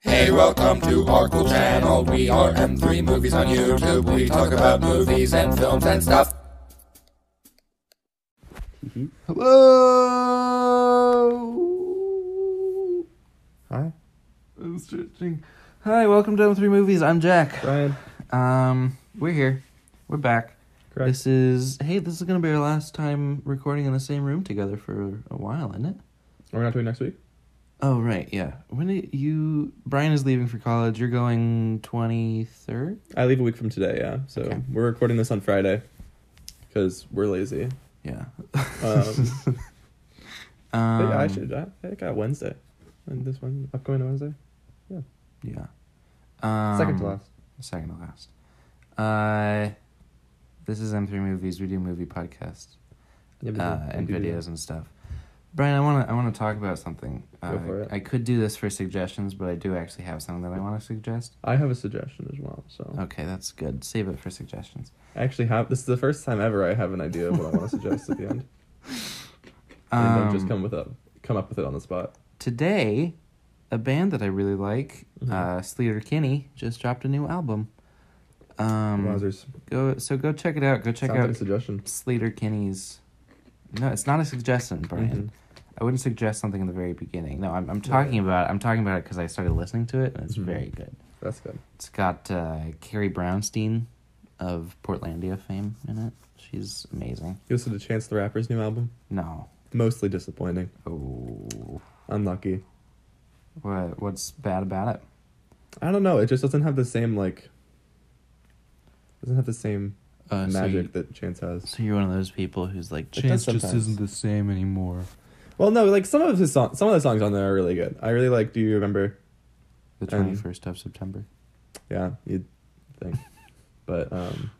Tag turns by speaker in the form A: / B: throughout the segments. A: Hey, welcome to our cool channel. We are M3 Movies on YouTube. We talk about movies and films and stuff.
B: Hello.
C: Hi,
B: I'm stretching. Hi, welcome to Down Three Movies. I'm Jack.
C: Brian.
B: Um, we're here. We're back.
C: Correct.
B: This is hey. This is gonna be our last time recording in the same room together for a while, isn't it?
C: We're not doing next week.
B: Oh right, yeah. When did you Brian is leaving for college. You're going twenty third.
C: I leave a week from today. Yeah, so
B: Okay.
C: we're recording this on Friday because we're lazy. Um,
B: Yeah.
C: I
B: Um,
C: think I should. I think I Wednesday, and this one upcoming Wednesday,
B: Yeah. Um,
C: second to last.
B: Second to last. Uh, this is M3 Movies. We do movie podcasts
C: Yeah, we do.
B: uh, and
C: We do do
B: videos and stuff. Brian, I want to I want to talk about something. Uh,
C: Go for it.
B: I could do this for suggestions, but I do actually have something that I want to suggest.
C: I have a suggestion as well. So
B: Okay, that's good. Save it for suggestions.
C: I actually have. This is the first time ever I have an idea of what I want to suggest at the end, and
B: Um,
C: then just come with a come up with it on the spot.
B: Today, a band that I really like,
C: Mhm.
B: uh, Sleater Kinney, just dropped a new album. Um,
C: Wowzers!
B: go so go check it out. Go check
C: Sounds like a
B: out
C: suggestion.
B: Slater Kinney's. No, it's not a suggestion, Brian. I wouldn't suggest something in the very beginning. No, I'm, I'm talking about I'm talking about it because I started listening to it and it's
C: Mhm.
B: very good.
C: That's good.
B: It's got uh, Carrie Brownstein of Portlandia fame in it. She's amazing.
C: You listened to Chance the Rapper's new album?
B: No,
C: Mostly disappointing.
B: oh,
C: Unlucky.
B: what what's bad about it?
C: I don't know. It just doesn't have the same like. Doesn't have the same
B: Uh, so
C: magic
B: you-
C: that Chance has.
B: So you're one of those people who's like
C: does
B: chance just
C: sometimes.
B: isn't the same anymore.
C: Well, no, like some of his song, some of the songs on there are really good. I really like. Do you remember?
B: The
C: And-
B: twenty first of September.
C: Yeah, you'd think, but um,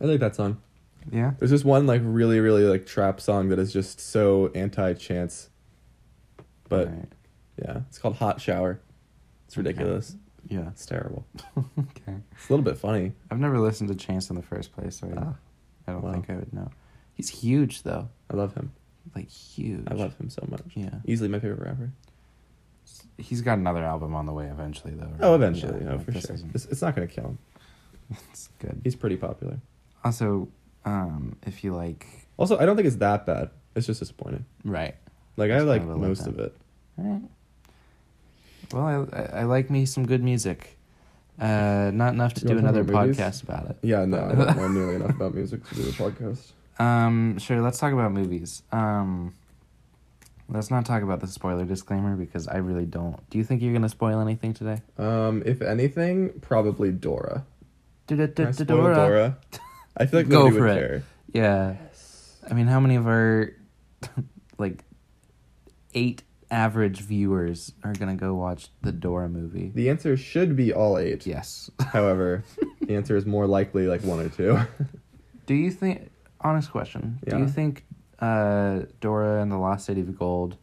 C: I like that song.
B: Yeah.
C: There's this one like really, really like trap song that is just so anti-Chance, but
B: Alright.
C: yeah, it's called Hot Shower. It's
B: Okay.
C: ridiculous.
B: yeah.
C: It's terrible.
B: okay.
C: It's a little bit funny.
B: I've never listened to Chance in the first place, so I,
C: Ah.
B: I don't
C: Wow.
B: think I would know. He's huge though,
C: I love him.
B: like huge.
C: I love him so much.
B: Yeah,
C: Easily my favorite rapper.
B: he's got another album on the way eventually though.
C: Oh,
B: right?
C: eventually,
B: Yeah,
C: oh
B: like,
C: for
B: this
C: sure.
B: isn't-
C: It's, it's not gonna kill him.
B: It's good.
C: He's pretty popular.
B: Also, um, if you like,
C: Also, I don't think it's that bad. It's just disappointing.
B: right?
C: Like I
B: It's
C: like
B: kind of a
C: most
B: letdown.
C: of it.
B: Alright. Well, I, I I like me some good music. Uh, not enough to
C: You
B: do
C: wanna talk
B: another
C: about movies?
B: podcast about it.
C: Yeah, no, I don't know nearly enough about music to do a podcast.
B: Um, sure. Let's talk about movies. Um, let's not talk about the spoiler disclaimer because I really don't. Do you think you're gonna spoil anything today?
C: Um, if anything, probably Dora. Can I
B: Dora.
C: spoil Dora. I feel like
B: Go
C: nobody
B: for
C: would
B: it.
C: care.
B: Yeah. I mean, how many of our like eight average viewers are gonna go watch the Dora movie?
C: The answer should be all eight.
B: Yes.
C: However, the answer is more likely like one or two.
B: Do you think? Honest question. Do
C: Yeah.
B: you think uh, Dora and the Lost City of Gold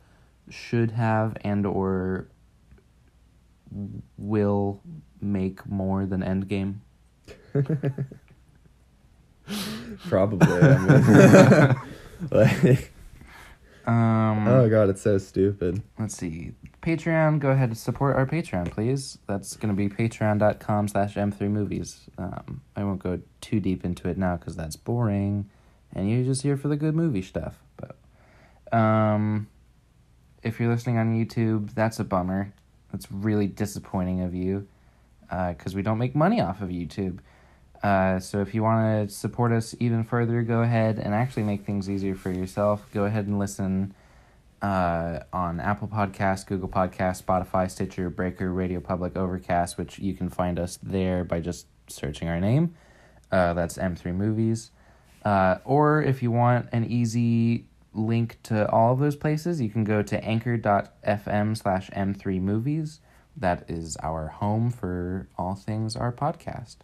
B: should have and or will make more than Endgame?
C: probably. I mean, like,
B: Um,
C: oh god, it's so stupid.
B: let's see patreon go ahead and support our patreon please that's going to be patreon.com slash m3 movies um, i won't go too deep into it now because that's boring and you're just here for the good movie stuff but um, if you're listening on youtube that's a bummer that's really disappointing of you because we don't make money off of youtube uh, so if you want to support us even further go ahead and actually make things easier for yourself go ahead and listen uh, on Apple Podcasts, Google Podcasts, Spotify, Stitcher, Breaker, Radio Public, Overcast, which you can find us there by just searching our name. Uh, that's M3 Movies. Uh, or if you want an easy link to all of those places, you can go to anchor.fm slash M3 Movies. That is our home for all things our podcast.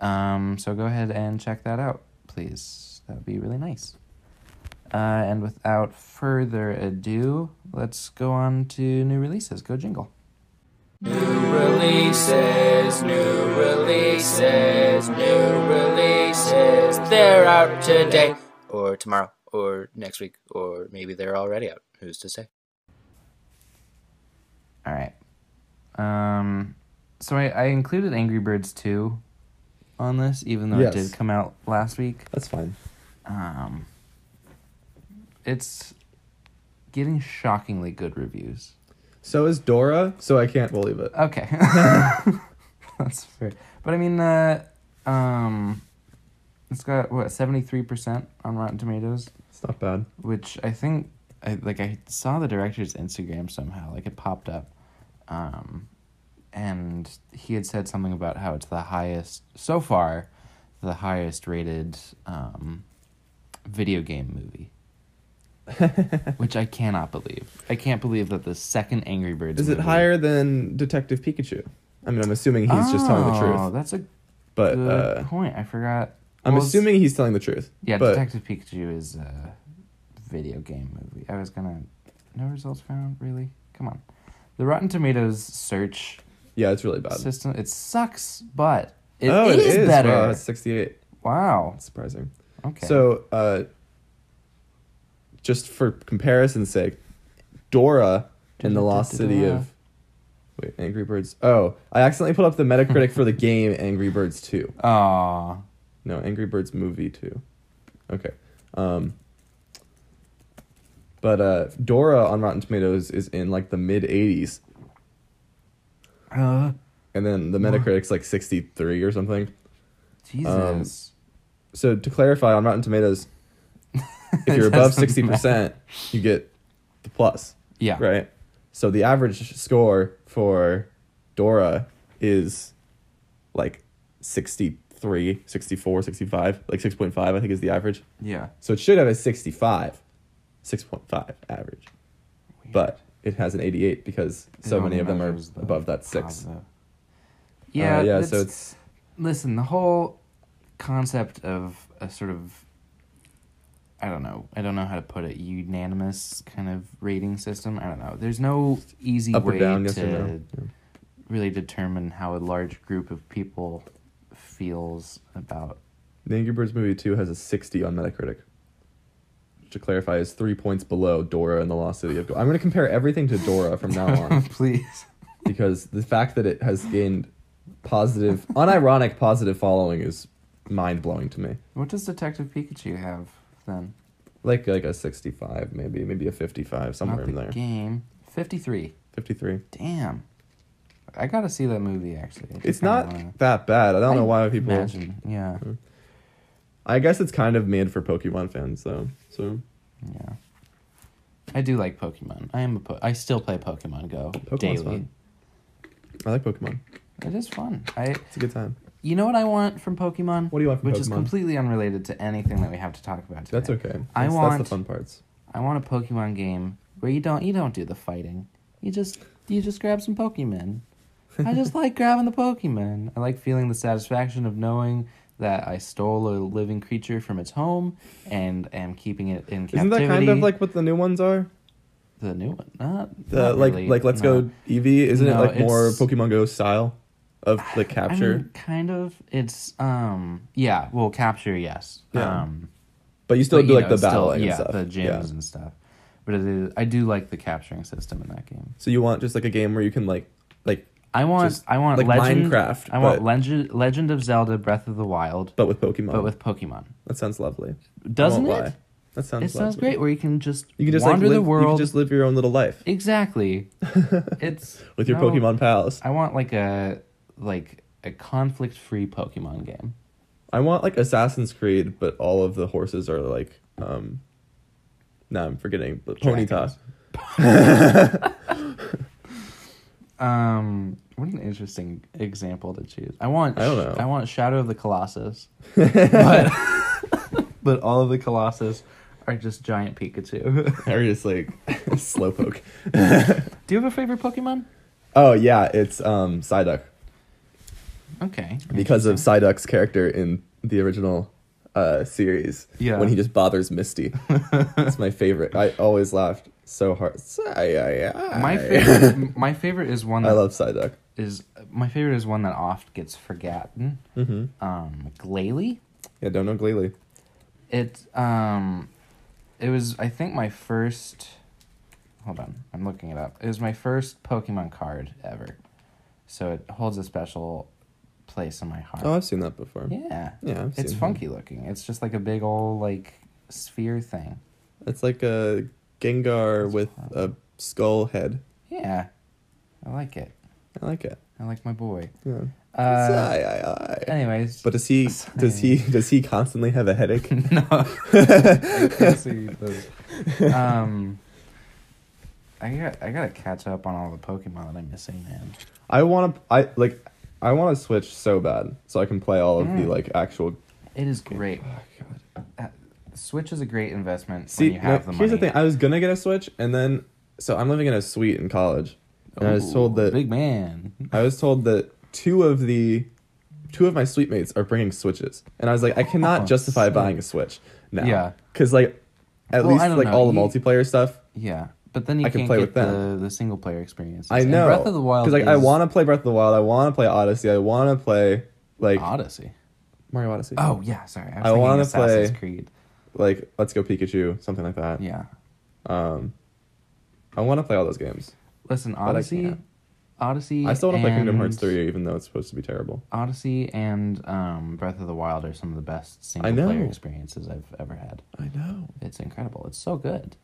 B: Um, so go ahead and check that out, please. That would be really nice. Uh, and without further ado, let's go on to new releases. Go jingle.
A: Releases, new releases, new releases. They're out today.
D: or tomorrow or next week or maybe they're already out. Who's to say?
B: All right. Um, so I, I included Angry Birds 2 on this, even though it
C: Yes.
B: did come out last week.
C: That's fine.
B: Um, it's getting shockingly good reviews.
C: So is Dora. So I can't believe it.
B: Okay. That's fair. But I mean, uh, um, it's got what seventy three percent on Rotten Tomatoes,
C: It's not bad.
B: which I think, I like, I saw the director's Instagram somehow, like it popped up, um, and he had said something about how it's the highest so far, the highest rated um, video game movie. Which I cannot believe. I can't believe that the second Angry Birds
C: Is it
B: movie-
C: higher than Detective Pikachu? I mean, I'm assuming he's just telling the
B: Oh,
C: truth.
B: that's a
C: But
B: good
C: uh,
B: point. I forgot.
C: I'm
B: Well, it's-
C: assuming he's telling the truth.
B: Yeah,
C: but
B: Detective Pikachu is a video game movie. I was gonna. No results found. Really? Come on. The Rotten Tomatoes search
C: yeah, it's really bad.
B: system. It sucks, but it is
C: oh, it is
B: better.
C: Wow,
B: Wow.
C: it's 68. That's surprising.
B: Okay.
C: So, uh, just for comparison's sake, Dora in the Lost City of wait, Angry Birds. Oh, I accidentally put up the Metacritic for the game Angry Birds Two.
B: Aw.
C: No, Angry Birds Movie Two. Okay. Um, but uh, Dora on Rotten Tomatoes is in like the mid 80s, Um,
B: Uh,
C: and then the Metacritic's like 63 or something.
B: Jesus.
C: So to clarify, on Rotten Tomatoes, if you're
B: It
C: above
B: doesn't
C: 60%, you get the plus.
B: yeah.
C: Right. So the average score for Dora is like 63, 64, 65, like 6.5, I think is the average.
B: Yeah.
C: So it should have a 65, 6.5 average. But it has an 88 because so
B: It only
C: many of them are
B: measures the-
C: above that six.
B: above the-
C: Uh,
B: Yeah.
C: yeah.
B: that's-
C: So it's
B: listen, the whole concept of a sort of I don't know. I don't know how to put it. Unanimous kind of rating system. I don't know. There's no easy
C: up
B: way
C: or down, yes
B: to
C: or no. Yeah.
B: really determine how a large group of people feels about.
C: The Angry Birds movie 2 has a 60 on Metacritic. To clarify, is three points below Dora and the Lost City of Go- I'm going to compare everything to Dora from now on.
B: Please.
C: because the fact that it has gained positive, unironic positive following is mind blowing to me.
B: What does Detective Pikachu have then?
C: Like like a sixty-five, maybe maybe a fifty-five, somewhere
B: Not
C: in
B: the
C: there.
B: game. Fifty-three.
C: Fifty-three.
B: Damn. I gotta see that movie actually. I
C: It's
B: kinda
C: not
B: wanna-
C: that bad. I don't know why people.
B: Uh, Imagine. Yeah.
C: I guess it's kind of made for Pokemon fans though. So
B: Yeah. I do like Pokemon. I am a po- I still play Pokemon Go
C: Pokemon's
B: daily.
C: fun. I like Pokemon.
B: It is fun. I
C: It's a good time.
B: you know what I want from Pokemon?
C: What do you want from
B: Which is
C: Pokemon?
B: completely unrelated to anything that we have to talk about today.
C: That's okay. That's,
B: I
C: that's
B: want-
C: the fun parts.
B: I want a Pokemon game where you don't you don't do the fighting. You just you just grab some Pokemon. I just like grabbing the Pokemon. I like feeling the satisfaction of knowing that I stole a living creature from its home and am keeping it in captivity.
C: Isn't that kind of like what the new ones are?
B: the new one? Not,
C: The
B: not
C: like
B: really,
C: like Let's
B: no.
C: Go Eevee. Isn't
B: No,
C: it like more
B: it's-
C: Pokemon Go style of like capture?
B: I mean, kind of. It's um yeah, well capture, yes.
C: Yeah.
B: Um
C: but you still
B: but,
C: do
B: you
C: like
B: know,
C: the
B: still-
C: battling
B: yeah,
C: and stuff.
B: the gyms and stuff. But it is, I do like the capturing system in that game.
C: So you want just like a game where you can like like
B: I want
C: Just
B: I want
C: like
B: Legend,
C: Minecraft,
B: I want
C: but-
B: Legend Legend of Zelda Breath of the Wild
C: but with Pokemon.
B: but with Pokemon.
C: that sounds lovely. I
B: Doesn't
C: won't
B: it?
C: lie. That sounds
B: It sounds
C: lovely.
B: great where you can just
C: You can just like
B: wander
C: live,
B: the world.
C: You can just live your own little life
B: Exactly. it's
C: with your
B: no,
C: Pokemon pals.
B: I want like a like a conflict-free Pokemon game.
C: I want like Assassin's Creed, but all of the horses are like um. No, I'm forgetting. But Ponyta.
B: Dragons. Um, what an interesting example to choose. I want.
C: I don't know.
B: I want Shadow of the Colossus, but but all of the Colossus are just giant Pikachu.
C: Or just like Slowpoke.
B: Do you have a favorite Pokemon?
C: Oh yeah, it's um Psyduck
B: Okay.
C: because of Psyduck's character in the original uh series.
B: Yeah.
C: When he just bothers Misty. That's my favorite. I always laughed so hard. Psy-
B: my favorite. my favorite is one
C: I
B: that is
C: love Psyduck.
B: my favorite is one that
C: Mm-hmm.
B: oft gets forgotten. Um, Glalie.
C: Yeah, don't know Glalie.
B: it um it was I think my first hold on, I'm looking it up. It was my first Pokemon card ever. So it holds a special place in my heart.
C: Oh, I've seen that before.
B: yeah.
C: Yeah, I've
B: It's
C: seen
B: funky looking. It's just like a big old like sphere thing.
C: That. It's like a Gengar with a skull head.
B: Yeah. I like it.
C: I like it.
B: I like my boy.
C: Yeah. It's-
B: Uh,
C: aye, aye, aye.
B: anyways.
C: But does he does he does he constantly have a headache?
B: no. I can't see those. Um, I got I gotta catch up on all the Pokemon that I'm missing, man.
C: I want to I like I want to switch so bad so I can play all of the like actual.
B: It is great.
C: Oh, God.
B: Switch is a great investment
C: See,
B: when you have
C: no,
B: the money.
C: here's the thing. I was gonna get a Switch, and then so I'm living in a suite in college, and I was told
B: Ooh,
C: that
B: big man.
C: I was told that two of the two of my suite mates are bringing Switches, and I was like, I cannot
B: Oh,
C: justify
B: sick.
C: buying a Switch now.
B: Yeah.
C: because like at
B: Well, I
C: least
B: don't
C: like
B: know.
C: all the
B: You-
C: multiplayer stuff.
B: Yeah, but then you
C: I can
B: can't
C: play
B: get
C: with them.
B: the the single player experience.
C: I know
B: Breath of the Wild.
C: like I
B: is
C: want to play Breath of the Wild. I want to play Odyssey. I want to play like
B: Odyssey.
C: Mario Odyssey.
B: Oh yeah, sorry. I, was
C: I
B: thinking
C: wanna
B: Assassin's
C: play-
B: Creed.
C: like Let's Go Pikachu, something like that.
B: Yeah.
C: Um, I want to play all those games.
B: Listen,
C: I
B: Odyssey.
C: can't.
B: Odyssey.
C: I still want to play Kingdom Hearts
B: and-
C: three, even though it's supposed to be terrible.
B: Odyssey and um, Breath of the Wild are some of the best single
C: know.
B: player experiences I've ever had.
C: I know.
B: It's incredible. It's so good.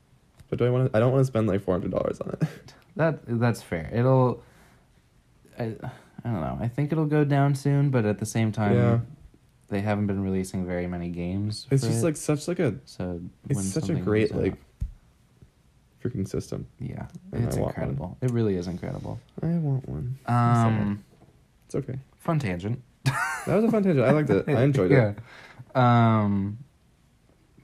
C: But do I want to? I don't want to spend like four hundred dollars on it.
B: That that's fair. It'll. I, I don't know. I think it'll go down soon, but at the same time,
C: Yeah.
B: they haven't been releasing very many games.
C: It's
B: for
C: just
B: it,
C: like such like a.
B: so. when
C: It's such a
B: something
C: great
B: comes out-
C: like. Freaking system.
B: Yeah,
C: and
B: it's
C: I want one.
B: incredible. It really is incredible.
C: I want one.
B: Um,
C: It's okay.
B: fun tangent.
C: That was a fun tangent. I liked it. I enjoyed
B: yeah.
C: it.
B: Um,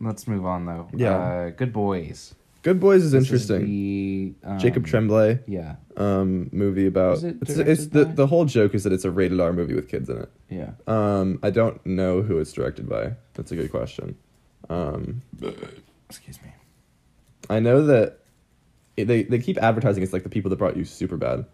B: let's move on though.
C: Yeah.
B: Uh, good boys.
C: Good Boys is
B: This
C: interesting.
B: the, um,
C: Jacob Tremblay
B: Yeah,
C: um movie about
B: Is it
C: it's, it's
B: directed
C: the
B: by-
C: the whole joke is that it's a rated R movie with kids in it.
B: yeah.
C: Um, I don't know who it's directed by. That's a good question. Um,
B: Excuse me.
C: I know that it- they they keep advertising it's like the people that brought you super bad.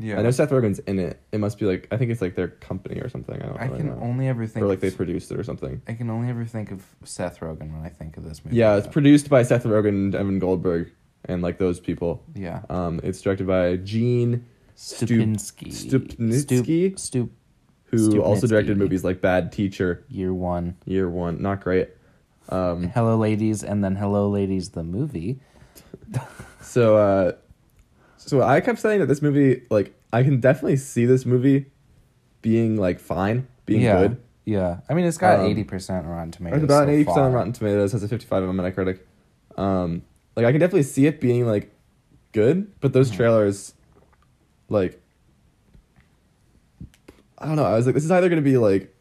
B: Yeah.
C: I know Seth Rogen's in it. It must be like I think it's like their company or something. I don't.
B: I
C: really
B: can
C: know.
B: only ever think.
C: or like they
B: of,
C: produced it or something.
B: I can only ever think of Seth Rogen when I think of this movie.
C: Yeah, it's
B: though.
C: produced by Seth Rogen and Evan Goldberg and like those people.
B: Yeah.
C: Um, it's directed by Gene, Stup-
B: Stupinski.
C: Stupnitsky?
B: Stup, Stup.
C: who also
B: Stupnitsky.
C: directed movies like Bad Teacher,
B: Year one.
C: Year One, not great. Um,
B: Hello, ladies, and then Hello, ladies, the movie.
C: so uh, so I kept saying that this movie, like, I can definitely see this movie being like fine, being
B: yeah.
C: good.
B: Yeah. I mean, it's got
C: Um,
B: eighty percent Rotten Tomatoes.
C: It's about
B: so
C: eighty percent
B: far.
C: on Rotten Tomatoes, has a fifty-five on Metacritic. Um, like I can definitely see it being like good, but those
B: Mm-hmm.
C: trailers, like, I don't know. I was like, this is either gonna be like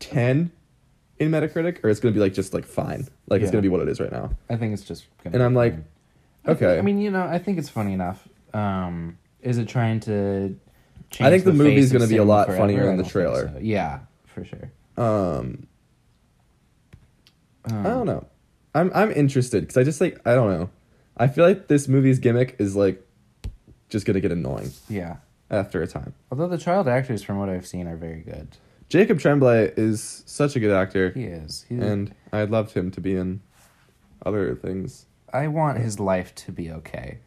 C: ten in Metacritic, or it's gonna be like just like fine. Like it's
B: Yeah.
C: gonna be what it is right now.
B: I think it's just. Gonna
C: And
B: be
C: I'm like,
B: fine.
C: okay.
B: I mean, you know, I think it's funny enough. Um, is it trying to? Change
C: I think the movie's
B: going
C: gonna
B: to
C: be a lot funnier than the trailer.
B: Yeah, for sure.
C: um,
B: Um,
C: I don't know. I'm I'm interested because I just like I don't know. I feel like this movie's gimmick is like just gonna get annoying
B: Yeah.
C: after a time.
B: Although the child actors, from what I've seen, are very good.
C: Jacob Tremblay is such a good actor,
B: He is. He,
C: and I'd loved him to be in other things.
B: I want his life to be okay.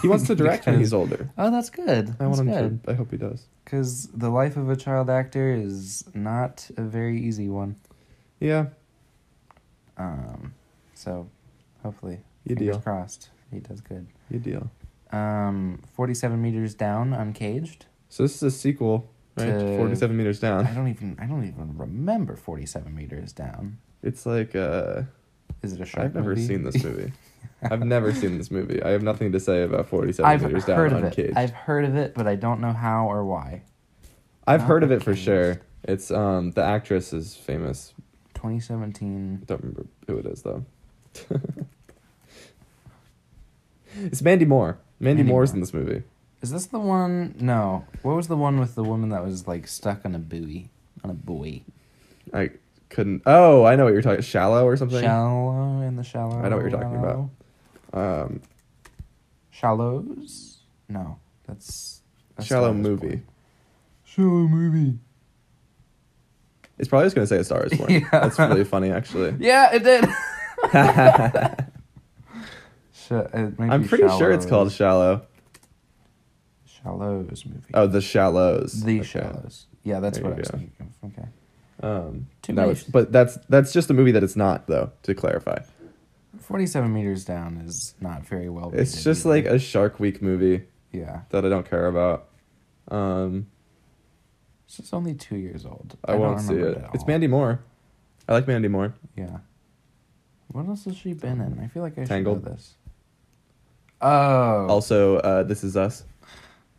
C: He wants to direct when
B: Because-
C: he's older.
B: Oh, that's good.
C: I
B: that's
C: want him
B: good.
C: to. I hope he does.
B: Because the life of a child actor is not a very easy one.
C: Yeah,
B: Um, so, hopefully,
C: you
B: fingers
C: deal.
B: crossed, he does good.
C: You deal.
B: Um, forty-seven meters down, uncaged.
C: So this is a sequel, right? to
B: To-
C: Forty-seven meters
B: I
C: down.
B: don't even. I don't even remember forty-seven meters down.
C: It's like uh,
B: Is it a shark?
C: I've never
B: movie?
C: seen this movie. I've never seen this movie. I have nothing to say about 47
B: I've
C: meters
B: heard
C: down
B: of
C: on
B: it.
C: Cage.
B: I've heard of it, but I don't know how or why.
C: I've heard of
B: not
C: it for
B: Cage.
C: sure. It's um the actress is famous.
B: Twenty seventeen.
C: Don't remember who it is though. it's Mandy Moore. Mandy,
B: Mandy
C: Moore's
B: Moore.
C: in this movie.
B: Is this the one? No. What was the one with the woman that was like stuck on a buoy, on a buoy?
C: I couldn't. Oh, I know what you're talking. Shallow or something.
B: Shallow in the shallow.
C: I know what you're talking about. Um,
B: Shallows? No, that's, that's
C: shallow
B: Star Wars
C: movie.
B: porn. Shallow movie.
C: It's probably just gonna say a Star Is Born.
B: Yeah.
C: That's really funny, actually.
B: Yeah, it did. Sh- it might
C: I'm
B: be
C: pretty sure it's called
B: Shallows.
C: Shallow.
B: Shallows movie.
C: Oh, The Shallows.
B: the
C: Okay.
B: Shallows. Yeah, that's
C: There
B: what
C: you
B: I was
C: go.
B: thinking. of. Okay.
C: Um,
B: Two
C: that
B: meters.
C: was- but that's that's just a movie that it's not though. To clarify,
B: 47 meters down is not very well.
C: it's
B: rated
C: just
B: either.
C: like a Shark Week movie
B: yeah.
C: that I don't care about. Um,
B: This is only two years old.
C: I,
B: don't
C: won't see
B: remember
C: it.
B: at
C: It's
B: all.
C: Mandy Moore. I like Mandy Moore.
B: Yeah. What else has she been in? I feel like I should
C: Tangled.
B: know this. Oh.
C: Also, uh, This Is Us.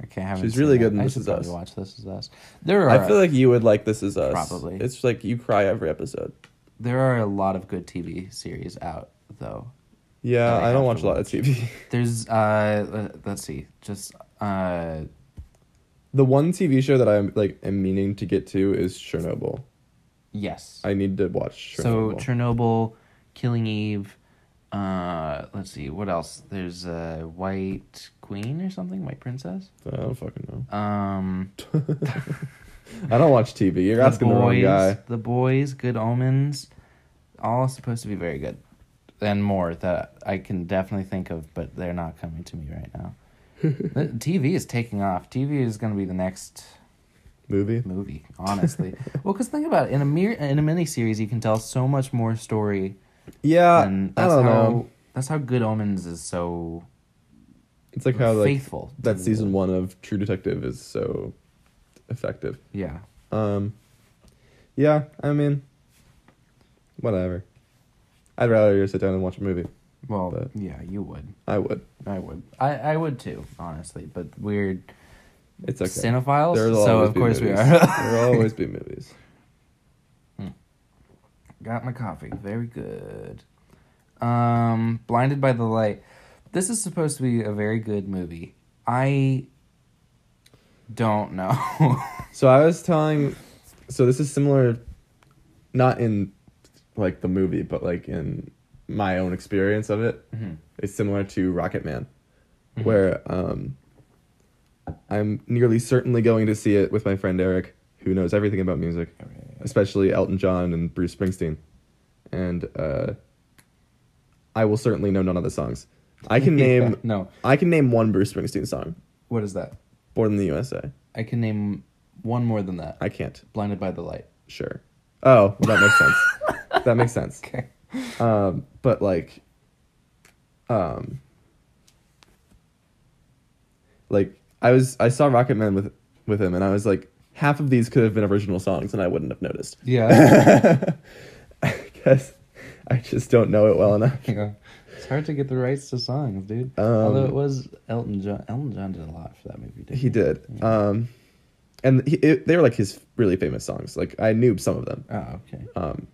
B: okay, I haven't
C: she's
B: seen
C: really
B: that.
C: good in
B: I
C: This
B: should
C: Is
B: probably
C: Us.
B: watch This Is Us. There are
C: I feel like you would like This Is Us.
B: Probably.
C: It's like you cry every episode.
B: there are a lot of good TV series out though.
C: Yeah,
B: That I
C: I
B: have
C: don't watch
B: to
C: a lot of TV.
B: There's uh let- let's see. Just uh
C: the one TV show that I'm like am meaning to get to is Chernobyl.
B: yes.
C: I need to watch
B: so
C: Chernobyl.
B: Chernobyl, Killing Eve, uh let's see, what else? There's uh White Queen or something, White Princess.
C: I don't fucking know.
B: Um
C: I don't watch TV. You're asking the wrong guy.
B: The boys, good omens, all supposed to be very good, and more that I can definitely think of, but they're not coming to me right now. The TV is taking off. TV is going to be the next
C: Movie.
B: movie, honestly. well, because think about it. in a mere in a mini series, you can tell so much more story,
C: Yeah,
B: and
C: Uh, I
B: that's
C: don't
B: how
C: know.
B: that's how Good Omens is so
C: It's like how like
B: faithful. to
C: that
B: the-
C: season one of True Detective is so effective.
B: yeah.
C: Um, yeah, I mean, whatever. I'd rather just sit down and watch a movie.
B: Well,
C: But-
B: yeah, you would,
C: I would.
B: I would, I, I would too, honestly. But weird.
C: It's okay.
B: cinephiles.
C: There'll
B: so
C: always
B: of
C: be
B: course
C: movies.
B: we are.
C: There'll always be movies.
B: Got my coffee. Very good. Um, Blinded by the Light. This is supposed to be a very good movie. I don't know.
C: So I was telling, so this is similar, not in like the movie, but like in my own experience of it. It's similar to Rocket Man, where um, I'm nearly certainly going to see it with my friend Eric, who knows everything about music, especially Elton John and Bruce Springsteen, and uh, I will certainly know none of the songs. I can name
B: no.
C: I can name one Bruce Springsteen song,
B: What is that?
C: Born in the USA.
B: I can name one more than that.
C: I can't.
B: Blinded by the Light.
C: Sure. Oh, well, that makes sense. that makes sense.
B: Okay.
C: Um, but like, um, like I was I saw Rocket Man with with him, and I was like, half of these could have been original songs, and I wouldn't have noticed.
B: Yeah.
C: I guess I just don't know it well enough.
B: yeah. It's hard to get the rights to songs, dude.
C: Um,
B: Although it was Elton John. Elton John did a lot for that movie, didn't
C: He did. Um, and he, it, they were like his really famous songs. Like I knew some of them,
B: Oh, okay.
C: um,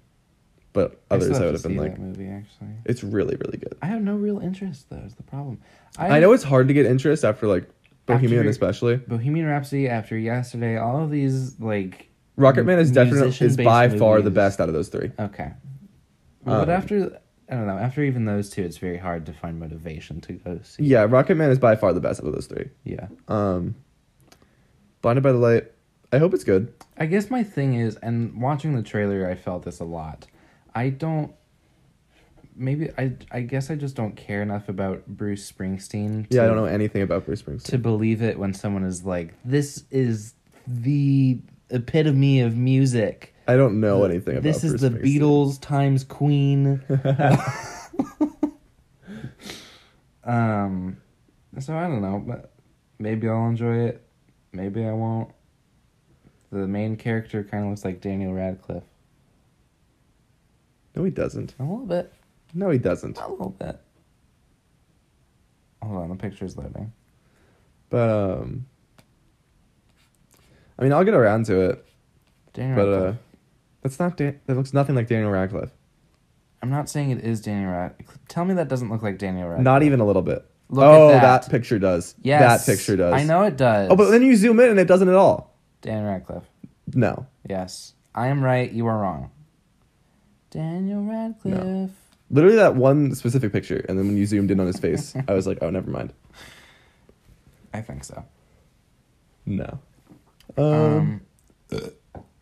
C: but
B: I still
C: others I would
B: to
C: have been
B: see
C: like,
B: that movie actually.
C: it's really really good.
B: I have no real interest though. Is the problem?
C: I know it's hard to get interest after like Bohemian,
B: your-
C: especially.
B: Bohemian Rhapsody after yesterday, all of these like
C: Rocket Man is definitely is
B: musician-based
C: by far the
B: movies.
C: best out of those three.
B: Okay. Well, but
C: Um,
B: after I don't know, after even those two, it's very hard to find motivation to go see.
C: Yeah, Rocket Man is by far the best out of those three.
B: Yeah.
C: Um, Blinded by the Light. I hope it's good.
B: I guess my thing is, and watching the trailer, I felt this a lot. I don't. Maybe I. I guess I just don't care enough about Bruce Springsteen.
C: Yeah, I
B: to-
C: don't know anything about Bruce
B: to
C: Springsteen.
B: believe it when someone is like, "This is the epitome of music."
C: I don't know anything about.
B: this is
C: Bruce
B: the
C: Springsteen.
B: Beatles times Queen. um, so I don't know, but maybe I'll enjoy it. Maybe I won't. The main character kind of looks like Daniel Radcliffe.
C: No, he doesn't.
B: A little bit.
C: No, he doesn't.
B: A little bit. Hold on, the picture's loading.
C: But um, I mean, I'll get around to it.
B: Daniel
C: But uh,
B: Radcliffe.
C: that's not. Dan- that looks nothing like Daniel Radcliffe.
B: I'm not saying it is Daniel Radcliffe. Tell me that doesn't look like Daniel Radcliffe.
C: Not even a little bit.
B: Look at
C: oh,
B: that.
C: picture does.
B: Yes.
C: That picture does.
B: I know it does.
C: Oh, but then you zoom in and it doesn't at all.
B: Daniel Radcliffe.
C: No.
B: Yes. I am right, you are wrong. Daniel Radcliffe.
C: Literally that one specific picture, and then when you zoomed in on his face, I was like, oh, never mind.
B: I think so.
C: No.
B: Um,
C: Um,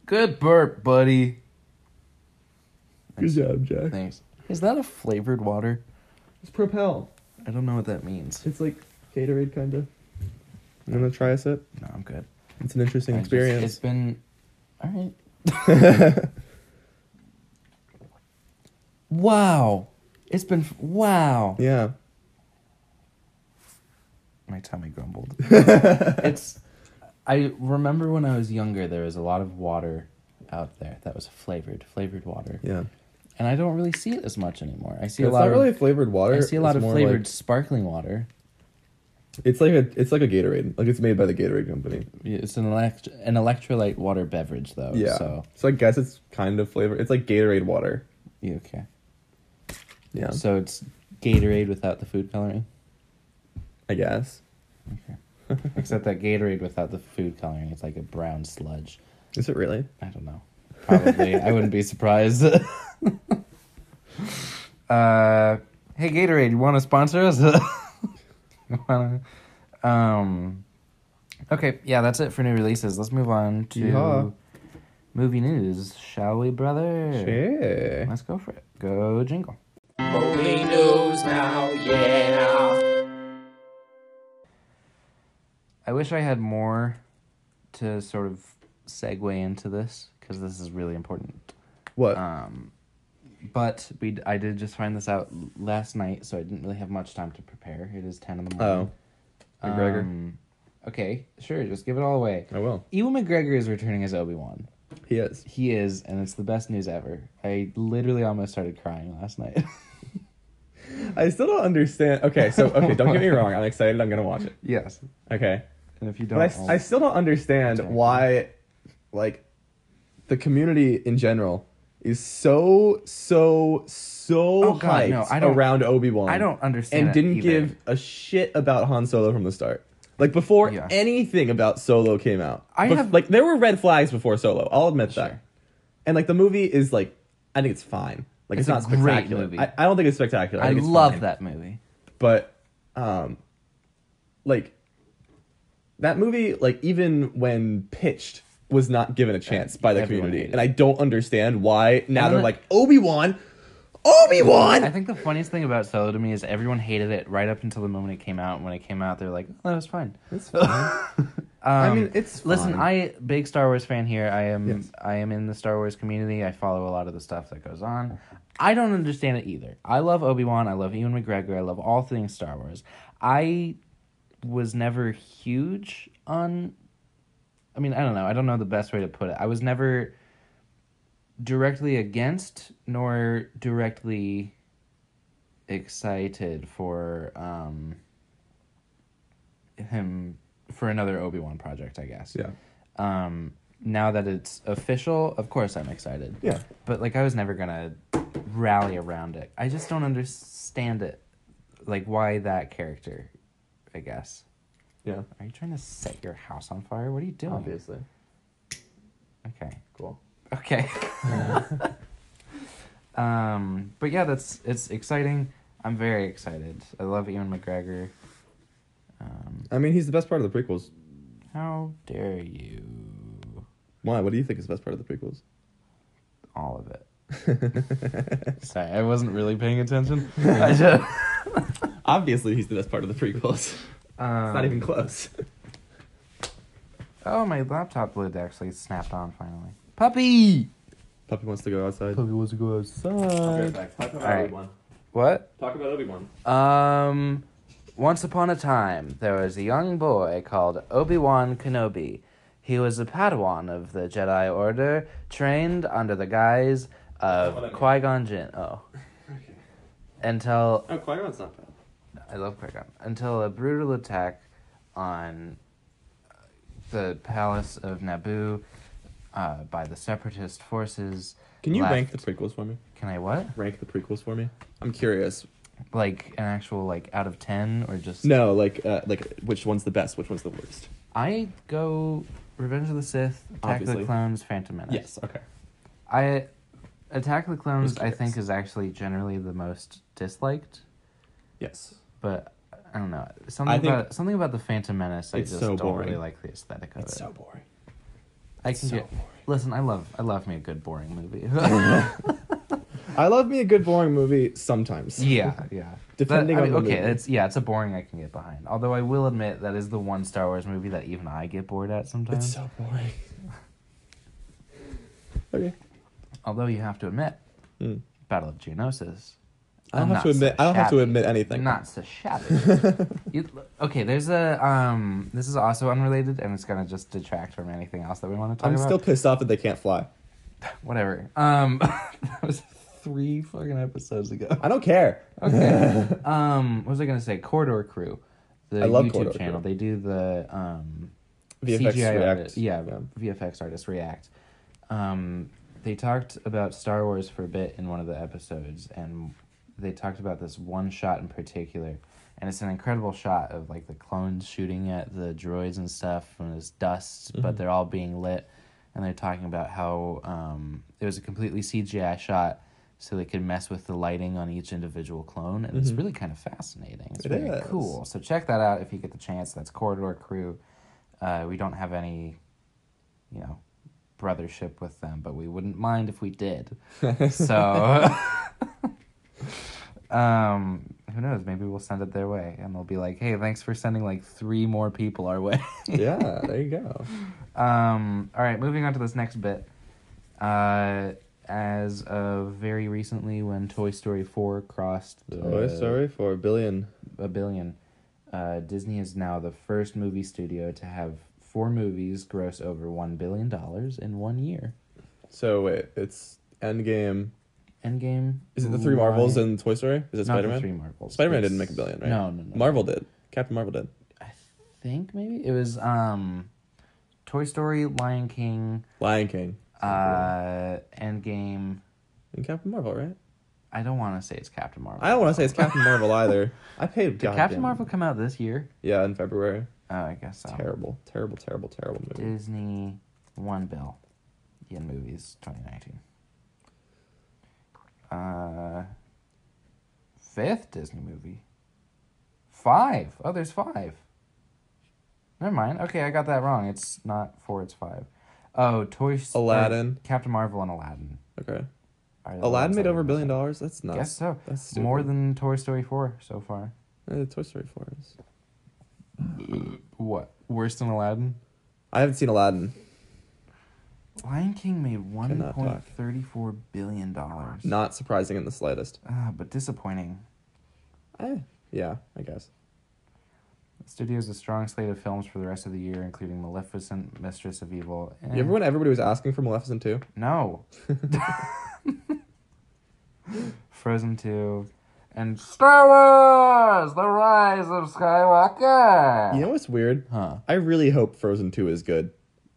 B: Good burp, buddy.
C: Good job, Jack.
B: Thanks. Is that a flavored water?
C: It's Propel.
B: I don't know what that means.
C: It's like Gatorade, kind of. I'm gonna try a sip.
B: No, I'm good.
C: It's an interesting
B: I just-
C: experience.
B: it's been all right. wow, it's been f- wow.
C: yeah.
B: My tummy grumbled. it's. I remember when I was younger, there was a lot of water out there that was flavored, flavored water,
C: Yeah.
B: and I don't really see it as much anymore. I see a
C: It's
B: lot
C: not
B: of
C: really flavored water.
B: I see a lot
C: It's
B: of
C: more
B: flavored
C: Like,
B: sparkling water.
C: it's like a it's like a Gatorade. Like it's made by the Gatorade company.
B: Yeah, It's an elect an electrolyte water beverage though.
C: Yeah.
B: Oh, So
C: So. I guess it's kind of flavored. It's like Gatorade water.
B: yeah, okay.
C: Yeah.
B: So it's Gatorade without the food coloring.
C: I guess
B: Except that Gatorade without the food coloring, it's like a brown sludge.
C: is it really?
B: I don't know. Probably. I wouldn't be surprised. uh, hey, Gatorade, you want to sponsor us? Wanna- um, okay, yeah, that's it for new releases. Let's move on to
C: Yeehaw.
B: movie news, shall we, brother?
C: Yeah.
B: Let's go for it. Go jingle.
A: Movie news now, yeah.
B: I wish I had more to sort of segue into this because this is really important.
C: What?
B: Um, but we d- I did just find this out l- last night, so I didn't really have much time to prepare. It is ten in the
C: oh,
B: morning.
C: McGregor.
B: Um, okay, sure, just give it all away.
C: I will.
B: Ewan McGregor is returning as Obi Wan.
C: He is.
B: He is, and it's the best news ever. I literally almost started crying last night.
C: I still don't understand. Okay, so okay, don't get me wrong. I'm excited. I'm gonna watch it.
B: yes,
C: Okay,
B: and if you don't,
C: but I, I still don't understand
B: Exactly.
C: why, like, the community in general is so so so
B: Oh, God,
C: hyped
B: no, I don't-
C: around Obi Wan.
B: I don't understand
C: and
B: it
C: didn't
B: either.
C: give a shit about Han Solo from the start. Like before
B: Yeah.
C: anything about Solo came out,
B: I
C: Bef-
B: have-
C: like there were red flags before Solo. I'll admit
B: Sure.
C: that. And like the movie is like, I think it's fine. Like
B: It's
C: it's,
B: a
C: not
B: great
C: spectacular.
B: movie.
C: I, I don't think it's spectacular.
B: I
C: think it's
B: love
C: fine.
B: that movie.
C: But, um, like that movie, like even when pitched, was not given a chance by the
B: Everyone
C: community,
B: hated
C: and I don't understand why now
B: And
C: they're
B: then-
C: like Obi Wan, Obi
B: I
C: Wan.
B: think the funniest thing about Solo to me is everyone hated it right up until the moment it came out. And when it came out, they were like, "Oh, that was fine."
C: I mean, it's
B: Um, Listen,
C: fine.
B: I big Star Wars fan here. I am.
C: Yes.
B: I am in the Star Wars community. I follow a lot of the stuff that goes on. I don't understand it either. I love Obi Wan. I love Ewan McGregor. I love all things Star Wars. I was never huge on. I mean, I don't know. I don't know the best way to put it. I was never directly against nor directly excited for um him for another Obi-Wan project, I guess.
C: yeah,
B: Um now that it's official, of course I'm excited.
C: yeah.
B: But like I was never going to rally around it. I just don't understand it. Like why that character, I guess.
C: Yeah,
B: Are you trying to set your house on fire? What are you doing?
C: obviously.
B: Okay.
C: Cool.
B: Okay. um, but yeah, that's it's exciting. I'm very excited. I love Ewan McGregor. Um,
C: I mean, he's the best part of the prequels.
B: how dare you?
C: Why? What do you think is the best part of the prequels?
B: All of it. Sorry, I wasn't really paying attention. I just,
C: Obviously, he's the best part of the prequels.
B: um,
C: It's not even close.
B: Oh, my laptop lid actually snapped on finally. Puppy.
C: Puppy wants to go outside.
B: wants to go outside.
C: Talk about
B: Alright. Obi-Wan. What?
C: Talk about Obi Wan.
B: Um, once upon a time, there was a young boy called Obi Wan Kenobi. He was a Padawan of the Jedi Order, trained under the guise
C: What
B: of
C: I mean.
B: Qui Gon Jinn. Oh, until
C: Oh, Qui Gon's not bad.
B: I love Qui Gon. Until a brutal attack on uh, the palace of Naboo uh, by the separatist forces.
C: Can you
B: left-
C: rank the prequels for me?
B: Can I what?
C: Rank the prequels for me. I'm curious.
B: Like an actual like out of ten or just
C: No, like, uh, like which one's the best? Which one's the worst?
B: I go Revenge of the Sith, Attack of the
C: Obviously.
B: Clones, Phantom Menace.
C: Yes. Okay.
B: I Attack of the Clones
C: Just
B: I think
C: curious.
B: is actually generally the most disliked,
C: Yes.
B: but I don't know. Something
C: think-
B: about something about the Phantom Menace I
C: It's
B: just
C: so
B: don't really
C: boring.
B: like the aesthetic of it.
C: boring.
B: I I can get. Listen, I love I love me a good boring movie.
C: I love me a good boring movie sometimes.
B: yeah, yeah.
C: Depending
B: But, I
C: on
B: mean,
C: the
B: okay,
C: movie.
B: it's yeah, it's a boring I can get behind. Although I will admit that is the one Star Wars movie that even I get bored at sometimes.
C: It's so boring. okay.
B: Although you have to admit,
C: Mm.
B: Battle of Geonosis.
C: I
B: I'm
C: don't have to
B: not so
C: admit. I don't have to
B: shabby.
C: admit anything.
B: Not so shabby. you, okay, there's a um. This is also unrelated, and it's gonna just detract from anything else that we want to talk
C: I'm
B: about.
C: still pissed off that they can't fly.
B: whatever. Um, that was three fucking episodes ago.
C: I don't care.
B: Okay. um, what was I gonna say? Corridor Crew, the
C: I love
B: YouTube
C: Corridor
B: channel. They do the um,
C: VFX React.
B: artist- yeah, VFX artists react. Um, they talked about Star Wars for a bit in one of the episodes, and they talked about this one shot in particular, and it's an incredible shot of like the clones shooting at the droids and stuff, and there's dust,
C: Mm-hmm.
B: but they're all being lit, and they're talking about how um, it was a completely CGI shot. So they could mess with the lighting on each individual clone, and it's really kind of fascinating. It's
C: Mm-hmm. It
B: really
C: is.
B: cool. So check that out if you get the chance. That's Corridor Crew. Uh, we don't have any, you know, brothership with them, but we wouldn't mind if we did. so, um, who knows? Maybe we'll send it their way, and they'll be like, "Hey, thanks for sending like three more people our way."
C: yeah, there you go.
B: Um, all right, moving on to this next bit. Uh, as of very recently, when Toy Story 4 crossed the,
C: Toy Story for a billion.
B: a billion, uh, Disney is now the first movie studio to have four movies gross over $1 billion in one year.
C: So wait, it's Endgame.
B: Endgame.
C: Is it the three
B: Lion-
C: Marvels and Toy Story? Is it
B: Not
C: Spider
B: the three
C: Man?
B: Marvels.
C: Spider Man
B: It's-
C: didn't make a billion, right?
B: No, no, no.
C: Marvel did. Captain Marvel did.
B: I think maybe it was um, Toy Story, Lion King,
C: Lion King.
B: uh, Endgame.
C: And Captain Marvel, right?
B: I don't want to say it's Captain Marvel.
C: I don't want to say it's Captain Marvel either. I paid.
B: Did Captain Marvel come out this year?
C: Yeah, in February.
B: Oh, I guess so.
C: Terrible, terrible, terrible, terrible movie.
B: Disney one bill in movies 2019. Uh, fifth Disney movie. Five. Oh, there's five. Never mind. Okay, I got that wrong. It's not four. It's five. Oh, Toy S- or
C: Aladdin.
B: Captain Marvel, and Aladdin.
C: Okay.
B: are the
C: Aladdin
B: ones
C: made
B: that
C: over
B: I
C: a billion
B: missed.
C: dollars. That's nuts.
B: Guess so.
C: That's stupid.
B: More than Toy Story four so far.
C: Uh, Toy Story Four is.
B: What worse than Aladdin?
C: I haven't seen Aladdin.
B: Lion King made one
C: Cannot
B: point
C: talk.
B: thirty four billion dollars.
C: Not surprising in the slightest.
B: Ah, but disappointing.
C: Eh, yeah, I guess.
B: The studio has a strong slate of films for the rest of the year, including Maleficent, Mistress of Evil. eh,
C: You ever when everybody was asking for Maleficent too?
B: No. Frozen two, and Star Wars: The Rise of Skywalker.
C: You know what's weird?
B: Huh.
C: I really hope Frozen Two is good.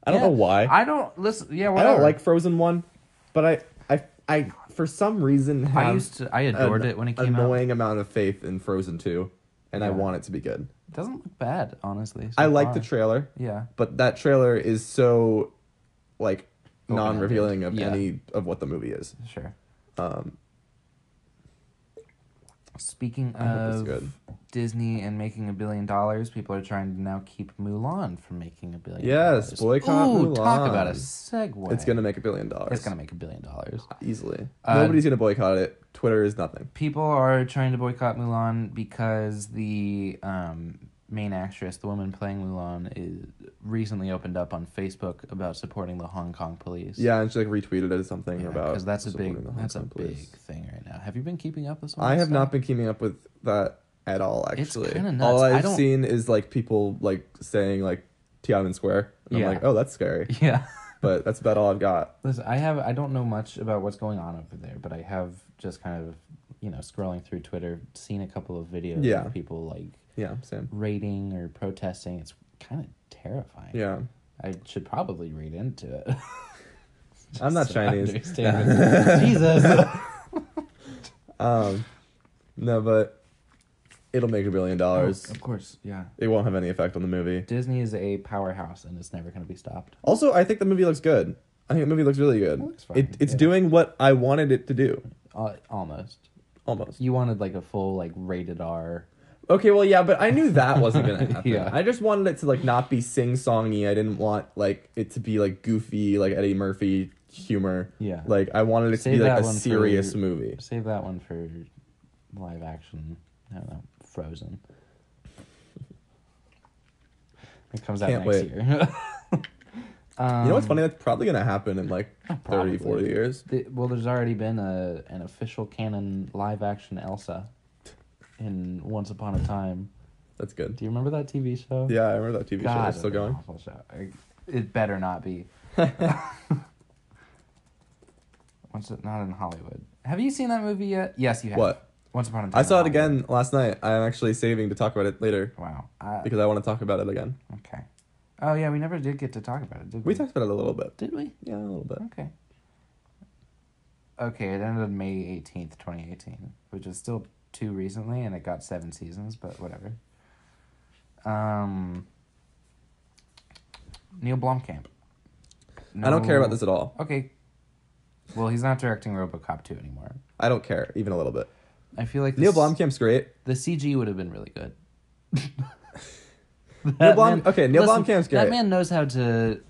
C: I don't
B: Yeah,
C: know why. I,
B: I don't listen. Yeah, whatever.
C: don't like Frozen One, but I, I, I for some reason have
B: I used to. I adored it when it came out.
C: annoying amount of faith in Frozen Two, and I
B: Yeah.
C: want it to be good.
B: It doesn't look bad, honestly. so
C: I like the
B: far.
C: trailer.
B: yeah.
C: but that trailer is so like
B: Open-ended.
C: non-revealing of
B: Yeah.
C: any of what the movie is.
B: Sure. Um, Speaking
C: I hope it's
B: of
C: good.
B: Disney and making a billion dollars, people are trying to now keep Mulan from making a billion.
C: Yes,
B: dollars.
C: boycott
B: Ooh, talk about a segue.
C: It's gonna make a billion dollars.
B: It's gonna make a billion dollars.
C: easily.
B: Uh,
C: Nobody's gonna boycott it. Twitter is nothing.
B: People are trying to boycott Mulan because the um, main actress, the woman playing Mulan, is recently opened up on Facebook about supporting the Hong Kong police.
C: Yeah, and she like retweeted it or something about
B: because that's a
C: supporting
B: big
C: the Hong
B: that's a
C: Kong police.
B: big thing right now. Have you been keeping up with? some of
C: I
B: this
C: have
B: stuff?
C: not been keeping up with that at all. Actually,
B: kinda nuts.
C: all
B: I
C: I've
B: don't-
C: seen is like people like saying like Tiananmen Square, and
B: Yeah.
C: I'm like, oh, that's scary.
B: Yeah.
C: but that's about all I've got.
B: Listen, I have I don't know much about what's going on over there, but I have just kind of, you know, scrolling through Twitter, seen a couple of videos
C: Yeah.
B: of people like
C: Yeah, Sam.
B: raiding or protesting. It's kind of terrifying.
C: Yeah,
B: I should probably read into it.
C: I'm not
B: So I
C: Chinese.
B: understand. Jesus.
C: Um, no, but it'll make a billion dollars.
B: of course, yeah.
C: It won't have any effect on the movie.
B: Disney is a powerhouse and it's never going to be stopped.
C: Also, I think the movie looks good. I think the movie looks really good. It
B: looks fine,
C: it's
B: yeah.
C: doing what I wanted it to do,
B: Uh, almost.
C: almost.
B: You wanted like a full like rated R.
C: Okay, well, yeah, but I knew that wasn't gonna happen.
B: Yeah.
C: I just wanted it to like not be sing songy. I didn't want like it to be like goofy, like Eddie Murphy humor.
B: Yeah.
C: Like I wanted it
B: Save
C: to be like
B: that
C: a
B: one for-
C: serious movie.
B: Save that one for live action. I don't know, Frozen. It comes out
C: Can't
B: next
C: wait.
B: year. um,
C: You know what's funny? That's probably gonna happen in like 30, 40
B: Probably.
C: years.
B: The, well, there's already been a an official canon live action Elsa in Once Upon a Time.
C: That's good.
B: Do you remember that TV show?
C: Yeah, I remember that TV show.
B: God,
C: It's still
B: that's an
C: going.
B: awful show. I- It better not be. Once it not in Hollywood. Have you seen that movie yet? Yes, you have.
C: What?
B: Once upon a time.
C: I saw
B: in
C: it again last night. I'm actually saving to talk about it later
B: Hollywood. Wow. I-
C: because I want to talk about it again.
B: okay. Oh yeah, we never did get to talk about it, did we?
C: We talked about it a little bit.
B: Did we?
C: Yeah, a little bit.
B: Okay. Okay, it ended May eighteenth, twenty eighteen, which is still too recently, and it got seven seasons, but whatever. Um. Neil Blomkamp.
C: I don't care about
B: No-
C: this at all.
B: Okay. Well, he's not directing RoboCop two anymore.
C: I don't care even a little bit.
B: I feel like
C: Neil
B: this-
C: Blomkamp's great.
B: The CG would have been really good.
C: Neil
B: That
C: Blom, okay, Neil
B: listen,
C: Blomkamp's great.
B: That man knows how to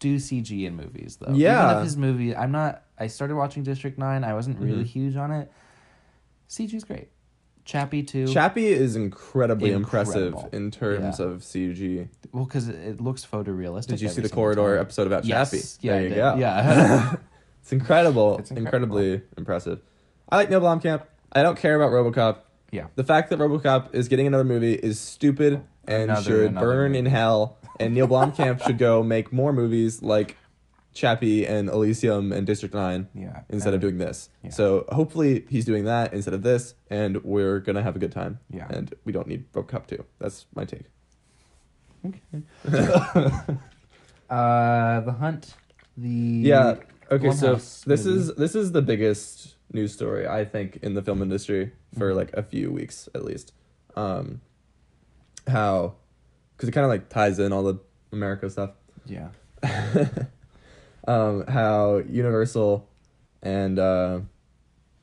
B: do CG in movies, though.
C: Yeah.
B: Even if his movie, I'm not. I started watching District Nine. I wasn't really
C: Mm-hmm.
B: huge on it. CG's great. Chappie too.
C: Chappie is incredibly
B: Incredible.
C: impressive in terms
B: Yeah.
C: of CG.
B: well, because it, it looks photorealistic.
C: Did you see
B: every
C: the
B: single
C: corridor
B: time.
C: episode about
B: Yes.
C: Chappie?
B: Yeah,
C: there
B: I
C: you
B: did.
C: go.
B: Yeah.
C: It's incredible.
B: It's incredible.
C: incredibly impressive. I like Neil Blomkamp. I don't care about RoboCop.
B: yeah.
C: The fact that RoboCop is getting another movie is stupid and
B: Another-
C: should
B: another
C: burn
B: movie.
C: in hell. And Neil Blomkamp should go make more movies like Chappie and Elysium and District Nine.
B: Yeah.
C: Instead of doing this,
B: yeah.
C: so hopefully he's doing that instead of this, and we're gonna have a good time.
B: Yeah.
C: And we don't need RoboCop two. That's my take.
B: Uh, the hunt. The
C: Yeah. Okay. So
B: Mm-hmm. Blumhouse
C: this
B: movie.
C: is this is the biggest news story I think in the film industry for like a few weeks at least. Um, how, because it kind of like ties in all the America stuff.
B: yeah.
C: Um, how Universal and uh,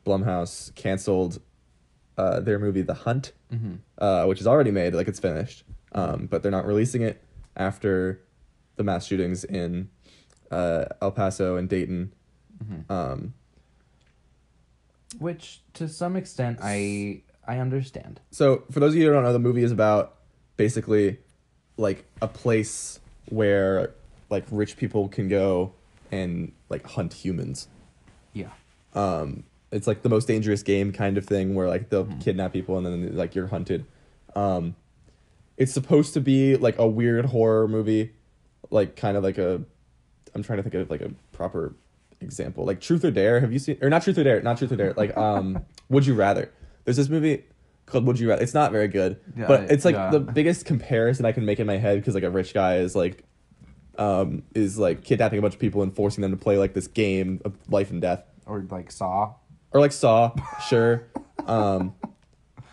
C: Blumhouse canceled uh, their movie The Hunt,
B: Mm-hmm.
C: uh, which is already made, like it's finished, um, but they're not releasing it after the mass shootings in uh, El Paso and Dayton. Um,
B: Which, to some extent, I I understand.
C: so for those of you who don't know, the movie is about basically like a place where like rich people can go and like hunt humans.
B: Yeah.
C: um it's like the most dangerous game kind of thing where like
B: Hmm.
C: they'll kidnap people and then like you're hunted um it's supposed to be like a weird horror movie like kind of like a i'm trying to think of like a proper example like truth or dare have you seen or not truth or dare not truth or dare like um would you rather there's this movie called would you rather it's not very good
B: Yeah,
C: but it's like
B: yeah.
C: the biggest comparison i can make in my head because like a rich guy is like um is like kidnapping a bunch of people and forcing them to play like this game of life and death
B: Or like Saw.
C: or like Saw, sure. Um, um,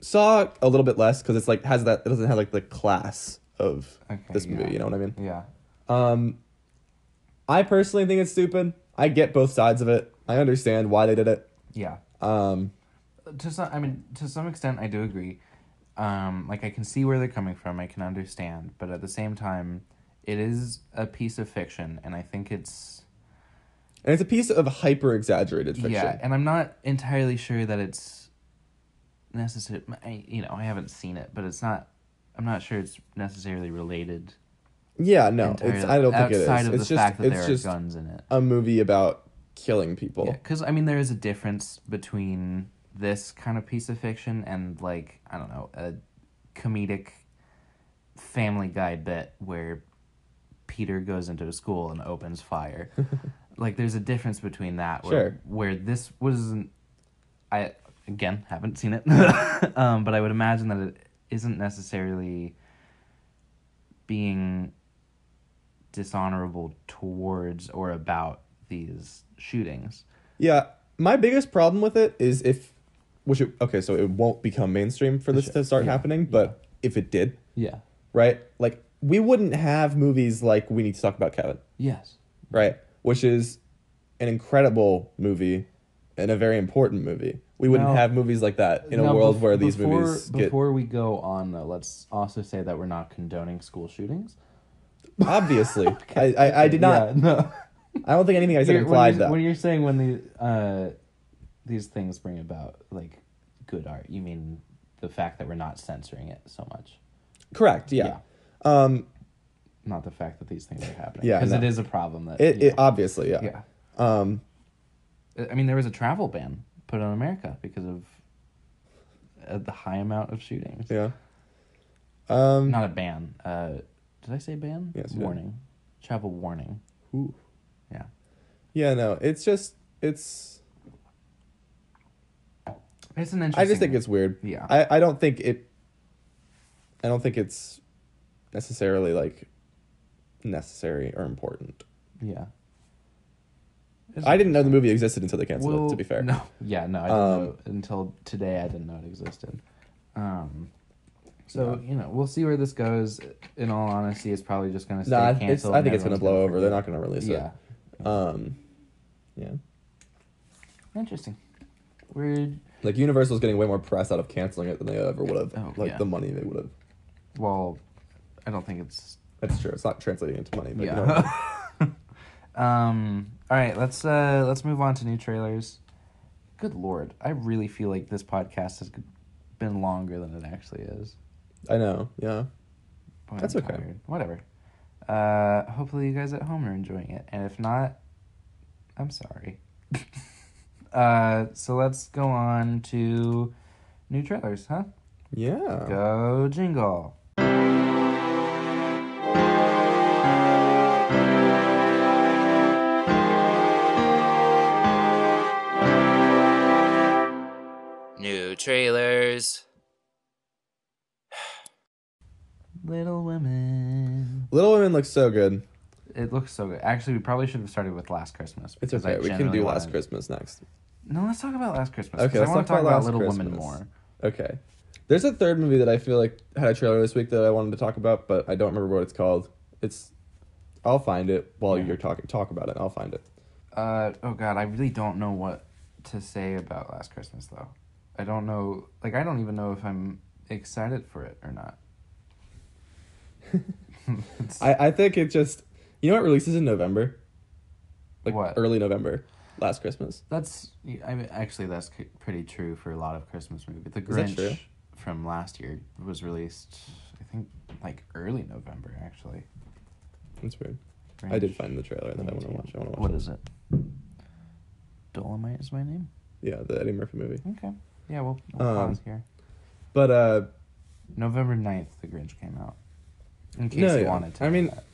C: Saw a little bit less because it's like has that it doesn't have like the class of
B: Okay,
C: this movie.
B: yeah.
C: You know what I mean?
B: Yeah.
C: I personally think it's stupid. I get both sides of it. I understand why they did it.
B: Yeah.
C: Um,
B: To some, I mean, to some extent, I do agree. Um, like I can see where they're coming from. I can understand, but at the same time, it is a piece of fiction, and I think it's
C: and it's a piece of hyper exaggerated fiction.
B: yeah. And I'm not entirely sure that it's necessary. I, you know, I haven't seen it, but it's not. I'm not sure it's necessarily related.
C: Yeah, no, it's
B: entirely-
C: I don't think it
B: outside
C: is.
B: of
C: It's
B: the
C: just
B: fact that
C: it's
B: there
C: just
B: are guns in it.
C: a movie about killing people.
B: Yeah, because I mean, there is a difference between this kind of piece of fiction and like I don't know a comedic Family Guy bit where Peter goes into a school and opens fire. like, there's a difference between that. Where,
C: Sure.
B: Where this wasn't, I again haven't seen it, um, but I would imagine that it isn't necessarily being dishonorable towards or about these shootings.
C: Yeah, my biggest problem with it is if, which it, okay, so it won't become mainstream for this to start happening, but if it did,
B: Yeah.
C: right, like we wouldn't have movies like We Need to Talk About Kevin,
B: Yes.
C: right, which is an incredible movie. in a very important movie. We wouldn't
B: No.
C: have movies like that in
B: Now,
C: a world
B: bef-
C: where these
B: before,
C: movies get
B: Before we go on, though, let's also say that we're not condoning school shootings.
C: obviously. I, I, I did not.
B: Yeah, no.
C: I don't think anything I said
B: You're-
C: implied
B: when, you're,
C: that.
B: when you're saying when the uh, these things bring about like good art, you mean the fact that we're not censoring it so much,
C: Correct. Yeah. Um.
B: not the fact that these things are happening.
C: Yeah,
B: because
C: no.
B: it is a problem that
C: It,
B: you
C: it uh, obviously yeah.
B: know, yeah.
C: Um.
B: I mean, there was a travel ban put on America because of uh, the high amount of shootings.
C: Yeah. Um.
B: Not a ban. Uh, did I say ban?
C: Yes, you did.
B: Warning. Travel warning.
C: ooh.
B: Yeah.
C: Yeah. No. It's just. It's.
B: It's an interesting.
C: I just think it's weird.
B: Yeah.
C: I, I don't think it. I don't think it's necessarily like necessary or important.
B: Yeah. It's
C: I didn't know the movie existed until they canceled it.
B: Well,
C: To be fair,
B: No. Yeah, no, I didn't
C: Um,
B: know until today I didn't know it existed. Um so, you know, we'll see where this goes. In all honesty, it's probably just going to stay
C: Nah, it's,
B: canceled.
C: I
B: and
C: think it's gonna
B: everyone's
C: blow over. They're
B: forget.
C: not gonna release
B: Yeah.
C: it. Um, yeah.
B: Interesting. Weird.
C: Like Universal's getting way more press out of canceling it than they ever would have.
B: Oh,
C: like
B: yeah.
C: the money they would have.
B: Well, I don't think it's
C: That's true. It's not translating into money, but you know what I mean.
B: yeah. um. All right. Let's uh. Let's move on to new trailers. Good lord, I really feel like this podcast has been longer than it actually is.
C: I know. Yeah.
B: Boy,
C: That's
B: I'm
C: okay.
B: tired. Whatever. Uh. Hopefully, you guys at home are enjoying it, and if not, I'm sorry. uh. So let's go on to new trailers, huh?
C: Yeah.
B: Go jingle.
D: New trailers.
B: Little Women.
C: Little Women looks so good.
B: It looks so good. Actually, we probably should have started with Last Christmas.
C: It's
B: because I
C: okay. We can
B: generally
C: do
B: wanna-
C: Last Christmas next.
B: No, let's talk about Last Christmas. Okay,
C: Okay,
B: I
C: let's
B: want
C: talk
B: to talk
C: about
B: about
C: Last
B: Little Women
C: Christmas.
B: more.
C: Okay. There's a third movie that I feel like had a trailer this week that I wanted to talk about, but I don't remember what it's called. It's I'll find it while
B: Yeah.
C: you're talking talk about it. I'll find it.
B: Uh, oh God, I really don't know what to say about Last Christmas though. I don't know. Like, I don't even know if I'm excited for it or not. It's-
C: I, I think it just you know what releases in November? Like
B: What?
C: early November. Last Christmas.
B: that's. I mean, actually, that's c- pretty true for a lot of Christmas movies. The
C: that true?
B: Grinch from last year was released, I think, like early November actually.
C: That's weird. I did
B: Grinch.
C: find the trailer that I want to watch. I want to watch.
B: What
C: it.
B: is it? Dolomite is my name.
C: Yeah, the Eddie Murphy movie.
B: Okay. Yeah, we'll, we'll
C: Um,
B: pause here.
C: But uh
B: November 9th, The Grinch came out. In case
C: No,
B: you
C: yeah.
B: wanted to.
C: I
B: know
C: mean-
B: that.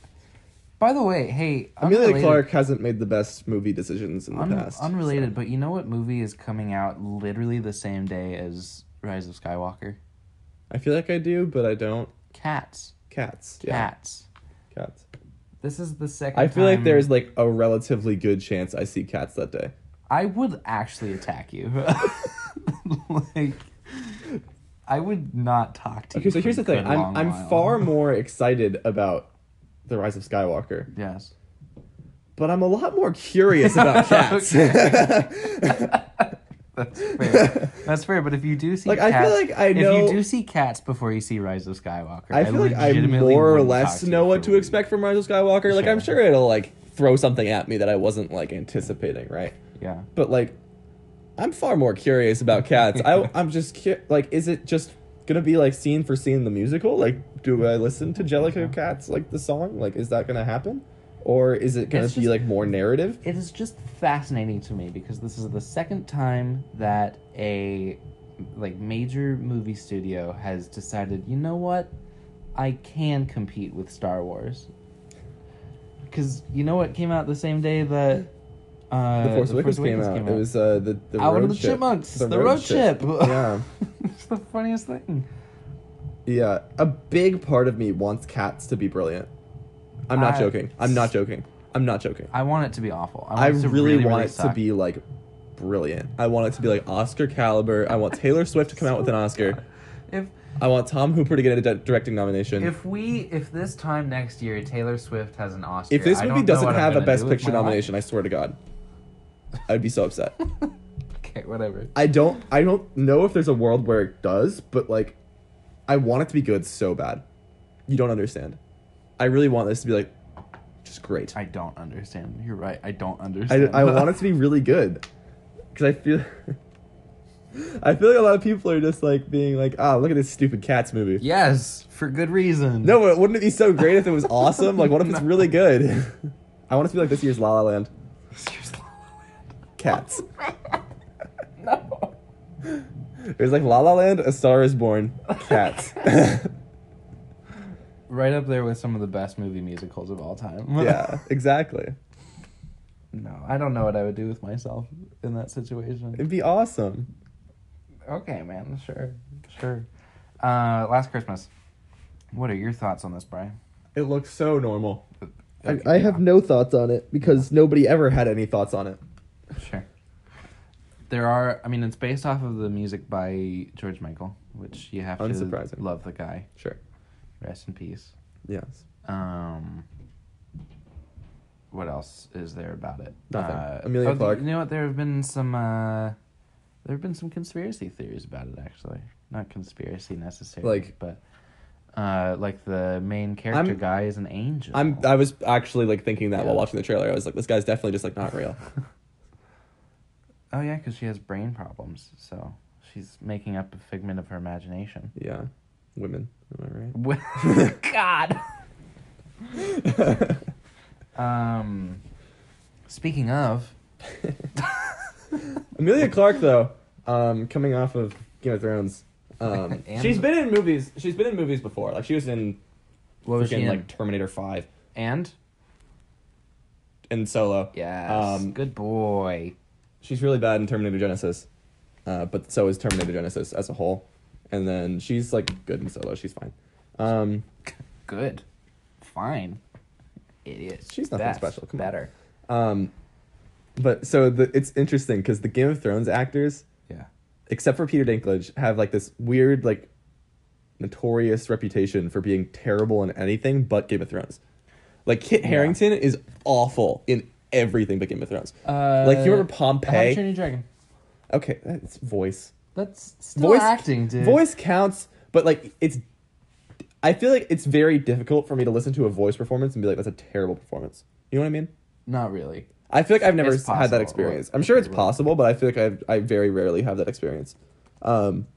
B: by the way, hey,
C: Amelia
B: unrelated-
C: Clark hasn't made the best movie decisions in the
B: un-
C: past. so-
B: unrelated, but you know what movie is coming out literally the same day as Rise of Skywalker?
C: I feel like I do, but I don't.
B: Cats.
C: Cats. Yeah.
B: Cats.
C: Cats.
B: This is the second.
C: I feel like
B: time-
C: there's like a relatively good chance I see cats that day.
B: I would actually attack you. like, I would not talk to you.
C: Okay, so
B: for
C: here's
B: a
C: the thing.
B: good
C: I'm
B: long
C: I'm
B: while.
C: far more excited about the rise of Skywalker,
B: Yes.
C: but I'm a lot more curious about cats.
B: That's fair. That's fair. But if you do see
C: Like, I
B: cats,
C: feel like I
B: if
C: know-
B: you do see cats before you see Rise of Skywalker,
C: I feel like I
B: legitimately
C: more or
B: wouldn't
C: less
B: talk to
C: know
B: you
C: what
B: for
C: to
B: a
C: expect from Rise of Skywalker. Like I'm
B: Sure.
C: sure it'll like throw something at me that I wasn't like anticipating, right?
B: week. Yeah,
C: But like I'm far more curious about cats. I I'm just cu- like is it just going to be like scene for scene the musical? Like do I listen to
B: Mm-hmm.
C: Jellicoe Cats like the song? Like is that going to happen? Or is it going
B: It's
C: to be
B: just-
C: like more narrative?
B: it is just fascinating to me because this is the second time that a like major movie studio has decided, you know what, I can compete with Star Wars. Because you know what came out the same day that uh,
C: The Force Awakens came, out. It was uh, the the
B: Out of
C: road
B: the
C: ship.
B: Chipmunks, the road ship.
C: yeah,
B: it's the funniest thing.
C: yeah. A big part of me wants cats to be brilliant. I'm not
B: I-
C: joking. I'm not joking. I'm not joking.
B: I want it to be awful.
C: I
B: I, want it to
C: really,
B: really,
C: want it to
B: suck.
C: be like brilliant. I want it to be like Oscar caliber. I want Taylor Swift to come out with an Oscar.
B: If
C: I want Tom Hooper to get a di- directing nomination. If,
B: if we if this time next year Taylor Swift has an Oscar,
C: this
B: I
C: movie
B: don't know
C: doesn't
B: what I'm
C: have a
B: gonna
C: Best
B: do with
C: Picture
B: my life.
C: nomination, I swear to God, I'd be so upset.
B: okay, whatever.
C: I don't I don't know if there's a world where it does, but like I want it to be good so bad. You don't understand. I really want this to be like just great. I
B: I don't understand. You're right. I don't understand.
C: I, want it to be really good. Cuz I feel I feel like a lot of people are just like being like, "Ah, look at this stupid cats movie."
B: Yes, for good reason.
C: No, but wouldn't it be so great if it was awesome? Like what if it's really good? I want it to be like this year's La La Land.
B: Seriously.
C: Cats.
B: No.
C: It was like La La Land, A Star Is Born, Cats.
B: Right up there with some of the best movie musicals of all time.
C: yeah, exactly.
B: No, I don't know what I would do with myself in that situation.
C: It'd be awesome.
B: Okay, man. Sure. Sure. Uh, last Christmas. What are your thoughts on this, Brian?
C: It looks so normal. I,
B: Okay,
C: I have
B: yeah.
C: no thoughts on it because nobody ever had any thoughts on it.
B: Sure. There are. I mean, it's based off of the music by George Michael, which you have to
C: Unsurprising.
B: love the guy.
C: Sure.
B: Rest in peace.
C: Yes.
B: Um. What else is there about it? Uh, oh,
C: Nothing. Amelia
B: the-
C: Clarke.
B: You know what? There have been some. Uh, there have been some conspiracy theories about it, actually. Not conspiracy necessarily,
C: Like-
B: but uh, like the main character
C: I'm-
B: guy is an angel.
C: I'm. I was actually like thinking that while
B: Yeah.
C: watching the trailer. I was like, this guy's definitely just like not real.
B: oh yeah, because she has brain problems, so she's making up a figment of her imagination.
C: yeah. Women. Am
B: Well, God.
C: I right?
B: Um, speaking of,
C: Amelia Clark though, um, coming off of Game of Thrones. Um,
B: And-
C: she's been in movies. She's been in movies before. Like she was in
B: what was she
C: freaking,
B: in?
C: like Terminator Five
B: and
C: and Solo.
B: yes,
C: Um,
B: good boy.
C: she's really bad in Terminator Genesis, uh, but so is Terminator Genesis as a whole. And then she's like good in Solo. She's fine. Um,
B: Good. Fine. It is.
C: She's nothing special, come on.
B: better.
C: um, but so the, it's interesting because the Game of Thrones actors,
B: Yeah.
C: except for Peter Dinklage, have like this weird like notorious reputation for being terrible in anything but Game of Thrones. Like Kit Harrington is awful in everything but Game of Thrones.
B: Uh,
C: like you remember Pompeii?
B: Dragon.
C: Okay, that's voice.
B: That's still acting, dude.
C: Voice counts, but like it's. I feel like it's very difficult for me to listen to a voice performance and be like, "That's a terrible performance." You know what I mean?
B: Not really.
C: I feel like I've never
B: It's
C: had
B: possible.
C: that experience. I'm sure it's possible, but I feel like I I very rarely have that experience. Um,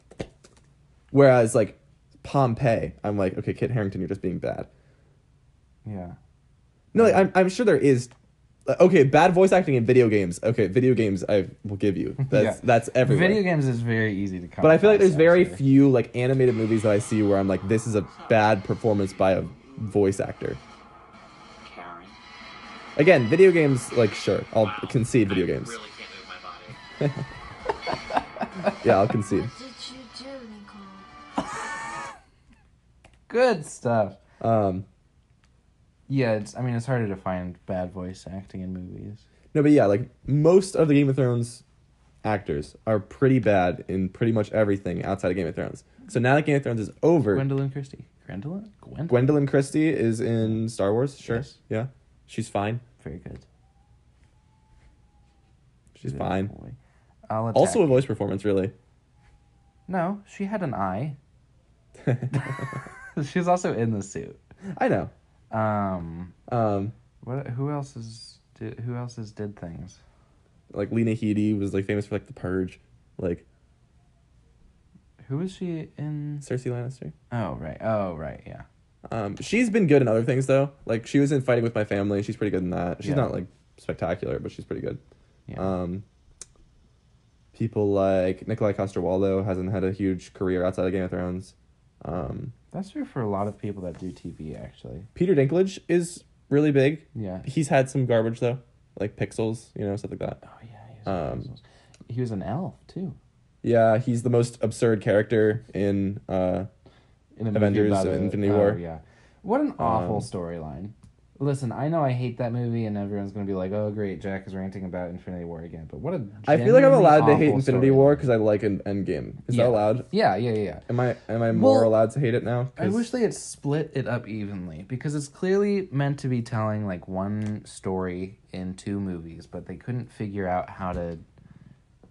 C: whereas like Pompeii, I'm like, okay, Kit Harrington, you're just being bad.
B: Yeah.
C: No, like, I'm I'm sure there is. like, Okay, bad voice acting in video games. Okay, video games I will give you. That's
B: Yeah.
C: that's everywhere.
B: Video games is very easy to come.
C: But I feel like
B: across,
C: there's very
B: actually.
C: few like animated movies that I see where I'm like, this is a bad performance by a voice actor.
E: Karen.
C: Again, video games, like sure, I'll concede video games.
E: Really can't move my body.
C: Yeah, I'll concede.
F: What did you do, Nicole?
B: good stuff.
C: Um,
B: Yeah, it's. I mean, it's harder to find bad voice acting in movies.
C: no, but yeah, like most of the Game of Thrones actors are pretty bad in pretty much everything outside of Game of Thrones. So now that Game of Thrones is over,
B: Gwendolyn Christie. Gwendolyn. Gwen.
C: Gwendolyn Christie is in Star Wars. Sure,
B: Yes.
C: yeah, she's fine.
B: Very good.
C: She's
B: Good
C: fine.
B: boy. I'll attack.
C: Also a voice performance, really.
B: no. She had an eye. She's also in the suit.
C: I know.
B: Um.
C: Um,
B: What? Who else is? Did, who else has did things?
C: like Lena Headey was like famous for like The Purge, like
B: Who is she in?
C: Cersei Lannister.
B: Oh right. Oh right. Yeah.
C: Um, she's been good in other things though. Like she was in Fighting with My Family. She's pretty good in that. She's
B: Yeah.
C: not like spectacular, but she's pretty good.
B: Yeah.
C: Um, people like Nikolai Coster-Waldau hasn't had a huge career outside of Game of Thrones. Um,
B: That's true for a lot of people that do TV actually.
C: Peter Dinklage is really big.
B: Yeah.
C: He's had some garbage though, like Pixels, you know, stuff like that.
B: Oh yeah. He was, in
C: Um,
B: Pixels. he was an elf too.
C: Yeah, he's the most absurd character in. Uh,
B: In a movie
C: Avengers
B: about
C: of
B: a-
C: Infinity
B: oh,
C: War. Um,
B: yeah. What an awful storyline. Listen, I know I hate that movie, and everyone's gonna be like, "Oh, great, Jack is ranting about Infinity War again." But what a
C: I feel like I'm
B: genuinely
C: allowed to hate
B: awful
C: Infinity
B: storyline.
C: War because I like an Endgame. Is
B: Yeah.
C: that allowed?
B: Yeah, yeah, yeah, yeah.
C: Am I am I more
B: Well,
C: allowed to hate it now?
B: I
C: 'Cause-
B: wish they had split it up evenly because it's clearly meant to be telling like one story in two movies, but they couldn't figure out how to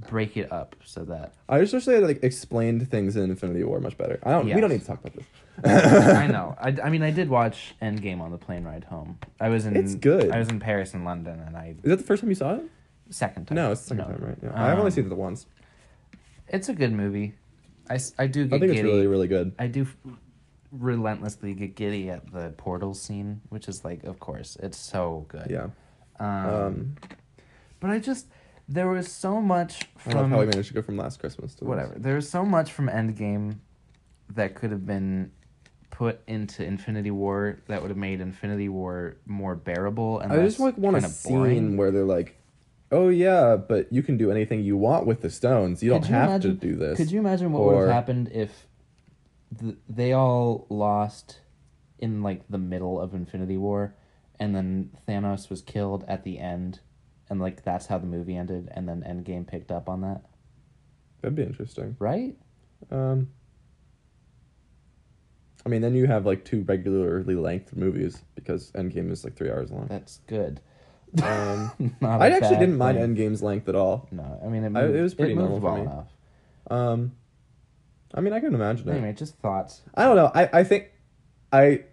B: break it up so that
C: I just wish they had like explained things in Infinity War much better. I don't.
B: Yes.
C: We don't need to talk about this.
B: I know. I, I mean, I did watch Endgame on the plane ride home. I was in.
C: It's good.
B: I was in Paris and London, and I
C: Is that the first time you saw it?
B: second time.
C: No, it's the second time, right? Yeah. I've only
B: Um,
C: seen it the once.
B: It's a good movie. I, s- I do get
C: I think
B: giddy.
C: it's really, really good.
B: I do f- relentlessly get giddy at the portal scene, which is like, of course, it's so good.
C: Yeah.
B: Um,
C: Um,
B: but I just there was so much
C: I don't
B: from
C: know how we managed to go from last Christmas to this.
B: whatever. There was so much from Endgame that could have been put into Infinity War that would have made Infinity War more bearable and
C: I
B: less
C: just like want a
B: kinda
C: scene
B: boring.
C: where they're like, "Oh yeah, but you can do anything you want with the stones. You don't
B: Could you
C: have
B: imagine-
C: to do this."
B: Could you imagine what would
C: Or-
B: have happened if th- they all lost in like the middle of Infinity War, and then Thanos was killed at the end, and like that's how the movie ended, and then Endgame picked up on that,
C: That'd be interesting.
B: right?
C: Um, I mean, then you have like two regularly length movies because Endgame is like three hours long.
B: That's good.
C: Um,
B: Not
C: I
B: a
C: actually
B: bad
C: didn't mind
B: thing.
C: Endgame's length at all.
B: No, I mean it,
C: I- it
B: moved,
C: was pretty
B: it moved
C: normal for
B: well
C: me.
B: enough.
C: Um, I mean, I can imagine it.
B: Anyway, just thoughts.
C: I don't know. I, I think I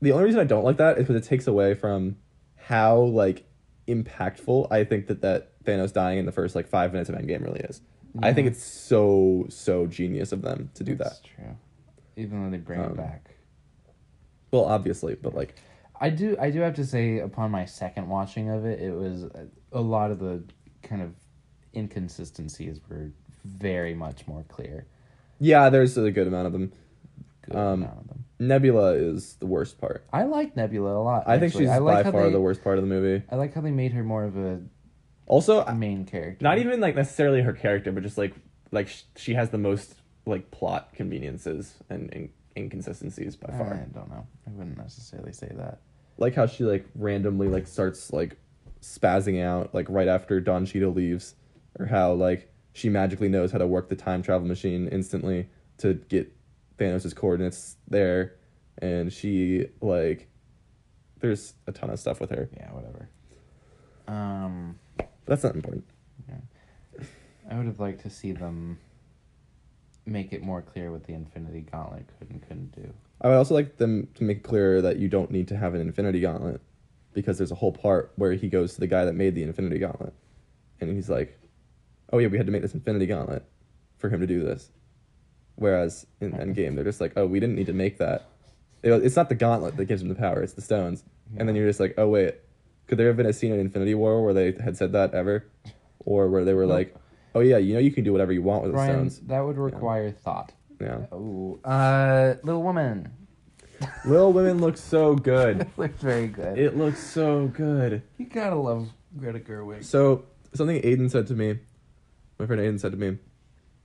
C: the only reason I don't like that is because it takes away from how like impactful I think that that Thanos dying in the first like five minutes of Endgame really is. I think it's so so genius of them to do
B: That's
C: that.
B: true. Even though they bring
C: Um,
B: it back.
C: Well, obviously, but like
B: I do I do have to say upon my second watching of it it was a, a lot of the kind of inconsistencies were very much more clear.
C: yeah, there's a good amount of them.
B: Good
C: Um,
B: amount of them.
C: Nebula is the worst part.
B: I like Nebula a lot.
C: I think
B: actually.
C: she's
B: like
C: by
B: how
C: far
B: they,
C: the worst part of the movie.
B: I like how they made her more of a
C: Also, I-
B: main character.
C: Uh, not even like necessarily her character, but just like like sh- she has the most like plot conveniences and, and inconsistencies by
B: I
C: far.
B: don't know. I wouldn't necessarily say that.
C: like how she like randomly like starts like spazzing out like right after Don Cheadle leaves, or how like she magically knows how to work the time travel machine instantly to get Thanos' coordinates there, and she like there's a ton of stuff with her.
B: Yeah, whatever. Um
C: That's not important.
B: I would have liked to see them make it more clear what the Infinity Gauntlet could and couldn't do.
C: I would also like them to make clear that you don't need to have an Infinity Gauntlet, because there's a whole part where he goes to the guy that made the Infinity Gauntlet, and he's like, "Oh yeah, we had to make this Infinity Gauntlet for him to do this." Whereas in Endgame, they're just like, "Oh, we didn't need to make that. It- It's not the gauntlet that gives him the power; it's the stones." And then you're just like, "Oh wait, could there have been a scene in Infinity War where they had said that ever, or where they were like?" Oh yeah, you know you can do whatever you want with the
B: Brian,
C: stones.
B: that would require thought.
C: Yeah.
B: Oh, uh, Little Woman
C: Little Women looks so good.
B: looked very good.
C: It looks so good.
B: you gotta love Greta Gerwig.
C: So something Aiden said to me, my friend Aiden said to me,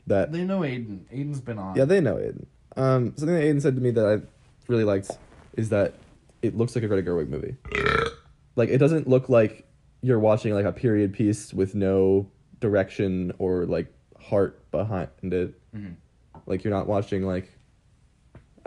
C: that
B: They know Aiden. Aiden's been on.
C: yeah they know Aiden. Um, something that Aiden said to me that I really liked is that it looks like a Greta Gerwig movie. like it doesn't look like you're watching like a period piece with no direction or like heart behind it.
B: Mm-hmm.
C: Like you're not watching like.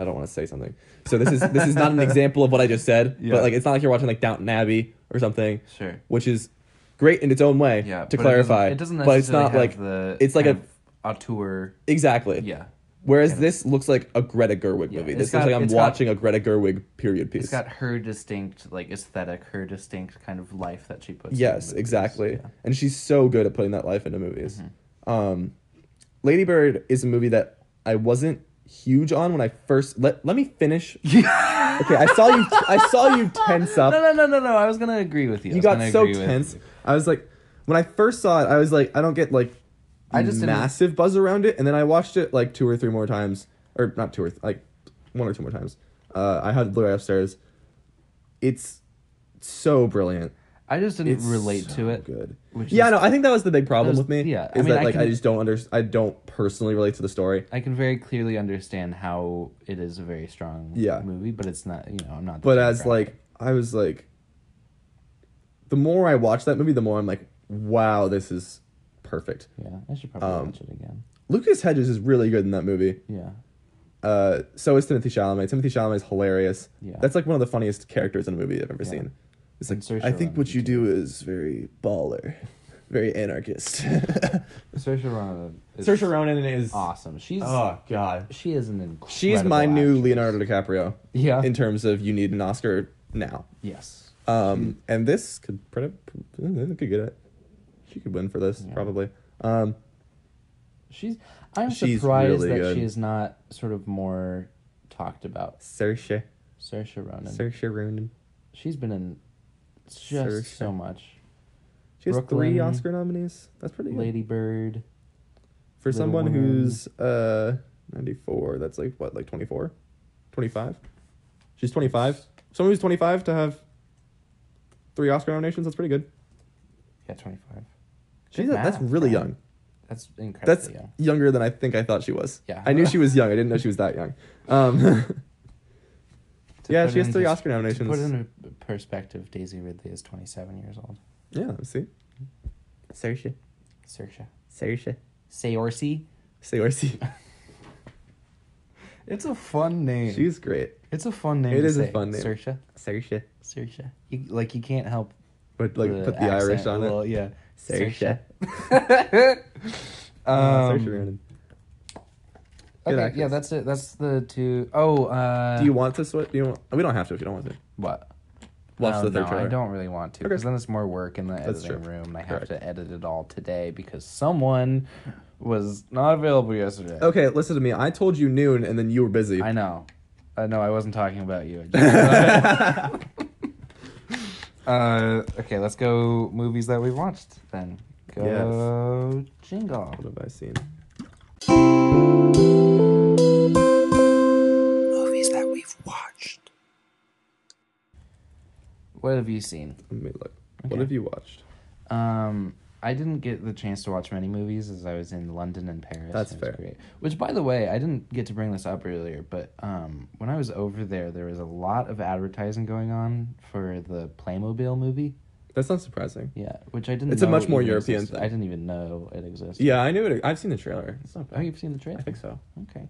C: I don't want to say something. So this is this is not an example of what I just said,
B: Yeah.
C: but like it's not like you're watching like Downton Abbey or something
B: sure.
C: which is great in its own way.
B: Yeah.
C: to
B: but
C: clarify,
B: it doesn't, it doesn't
C: but it's not
B: necessarily
C: like
B: have the.
C: it's like
B: kind
C: a
B: of auteur.
C: exactly.
B: Yeah,
C: Whereas
B: kind of-
C: this looks like a Greta Gerwig
B: Yeah,
C: movie.
B: it's
C: This
B: got-
C: looks like I'm
B: it's got-
C: watching a Greta Gerwig period piece.
B: it's got her distinct like aesthetic, her distinct kind of life that she puts. in
C: yes,
B: movies.
C: exactly.
B: Yeah. Mm-hmm.
C: And she's so good at putting that life into movies. Um, Lady Bird is a movie that I wasn't huge on when I first let let me finish. okay, I saw you. I saw you tense up.
B: No, no, no, no, no. I was gonna agree with you. I
C: You
B: was
C: got
B: gonna
C: so
B: agree with
C: tense.
B: you.
C: I was like, when I first saw it, I was like, I don't get like
B: I just didn't-
C: massive buzz around it, and then I watched it like two or three more times, or not two or th- like one or two more times. Uh, I had the Blu-ray upstairs. It's so brilliant.
B: I just didn't
C: It's
B: relate
C: so
B: to it.
C: Good.
B: which
C: yeah,
B: is-
C: no, I think that was the big problem
B: That was-
C: with me.
B: yeah, I
C: is
B: mean,
C: that
B: I
C: like I
B: can-
C: just don't under I don't personally relate to the story.
B: I can very clearly understand how it is a very strong
C: Yeah.
B: movie, but it's not. You know, I'm not. the
C: But
B: type
C: as
B: guy.
C: like I was like the more I watch that movie, the more I'm like, wow, this is perfect.
B: yeah, I should probably
C: um,
B: watch it again.
C: Lucas Hedges is really good in that movie.
B: Yeah,
C: Uh, so is Timothy Chalamet. Timothy Chalamet is hilarious.
B: Yeah.
C: That's like one of the funniest characters in a movie I've ever
B: Yeah.
C: seen. It's
B: And
C: like
B: Saoirse
C: I think
B: Ronan,
C: what you
B: too.
C: do is very baller.
G: very anarchist.
B: Saoirse Ronan is
C: Saoirse Ronan is
B: awesome. She's
C: Oh god.
B: she is an Ah. incredible.
C: She's my new
B: actress.
C: Leonardo DiCaprio
B: Yeah.
C: in terms of you need an Oscar now.
B: yes. Hmm.
C: Um, and this could pretty could get it. She could win for this probably. Um,
B: She's. I'm
C: She's
B: surprised
C: really
B: that
C: good.
B: she is not sort of more talked about.
C: Saoirse,
B: Saoirse Ronan.
C: Saoirse Ronan.
B: She's been in just
C: Saoirse.
B: so much.
C: She has
B: Brooklyn.
C: three Oscar nominees. That's pretty good.
B: Lady Bird.
C: for
B: Little
C: someone
B: Women.
C: who's uh 94 that's like what like 24 25 she's 25 someone who's 25 to have three oscar nominations that's pretty good
B: Yeah, 25.
C: she's
B: Good
C: that's
B: math,
C: really
B: Brian.
C: young
B: That's incredible.
C: that's younger than i think i thought she was
B: Yeah.
C: i knew she was young i didn't know she was that young um
B: To
C: yeah
B: put
C: she has
B: in
C: three
B: pers-
C: oscar
B: To
C: nominations
B: put it in perspective, Daisy Ridley is 27 years old.
C: yeah see Saoirse.
B: Saoirse.
C: Saoirse.
B: Saoirse.
C: Saoirse.
B: It's a fun name.
C: she's great
B: it's a fun name.
C: It
B: to
C: is a
B: say.
C: fun name.
B: Saoirse.
C: Saoirse.
B: Saoirse. You, like you can't help
C: but like put the
B: accent
C: irish
B: a
C: on
B: little,
C: it
B: Yeah.
C: Saoirse.
B: um,
C: Uh, Saoirse Ronan. Good
B: okay, yeah,
C: actress.
B: that's it. That's the two oh uh,
C: Do you want to switch? Do you want, we don't have to if you don't want to.
B: what? Oh,
C: Watch
B: No,
C: the third
B: no,
C: trailer.
B: I don't really want to
C: Okay.
B: because then it's more work in the editing
C: true.
B: room, and I
C: Correct.
B: have to edit it all today because someone was not available yesterday.
C: Okay, listen to me. I told you noon, and then you were busy.
B: I know. I know. I wasn't talking about you. I just- uh, okay, let's go movies that we've watched then. Go jingle.
C: What have I seen?
D: Movies that we've watched.
B: What have you seen?
C: Let me look. What have you watched?
B: Um, I didn't get the chance to watch many movies as I was in London and Paris.
C: That's
B: It was
C: fair.
B: Great. Which, by the way, I didn't get to bring this up earlier, but um, when I was over there, there was a lot of advertising going on for the Playmobil movie.
C: That's not surprising.
B: Yeah, which I didn't.
C: It's a
B: know
C: much more
B: even
C: European
B: existed.
C: thing.
B: I didn't even know it existed.
C: Yeah, I knew it. I've seen the trailer. It's not
B: Oh,
C: bad.
B: you've seen the trailer?
C: I think so.
B: Okay.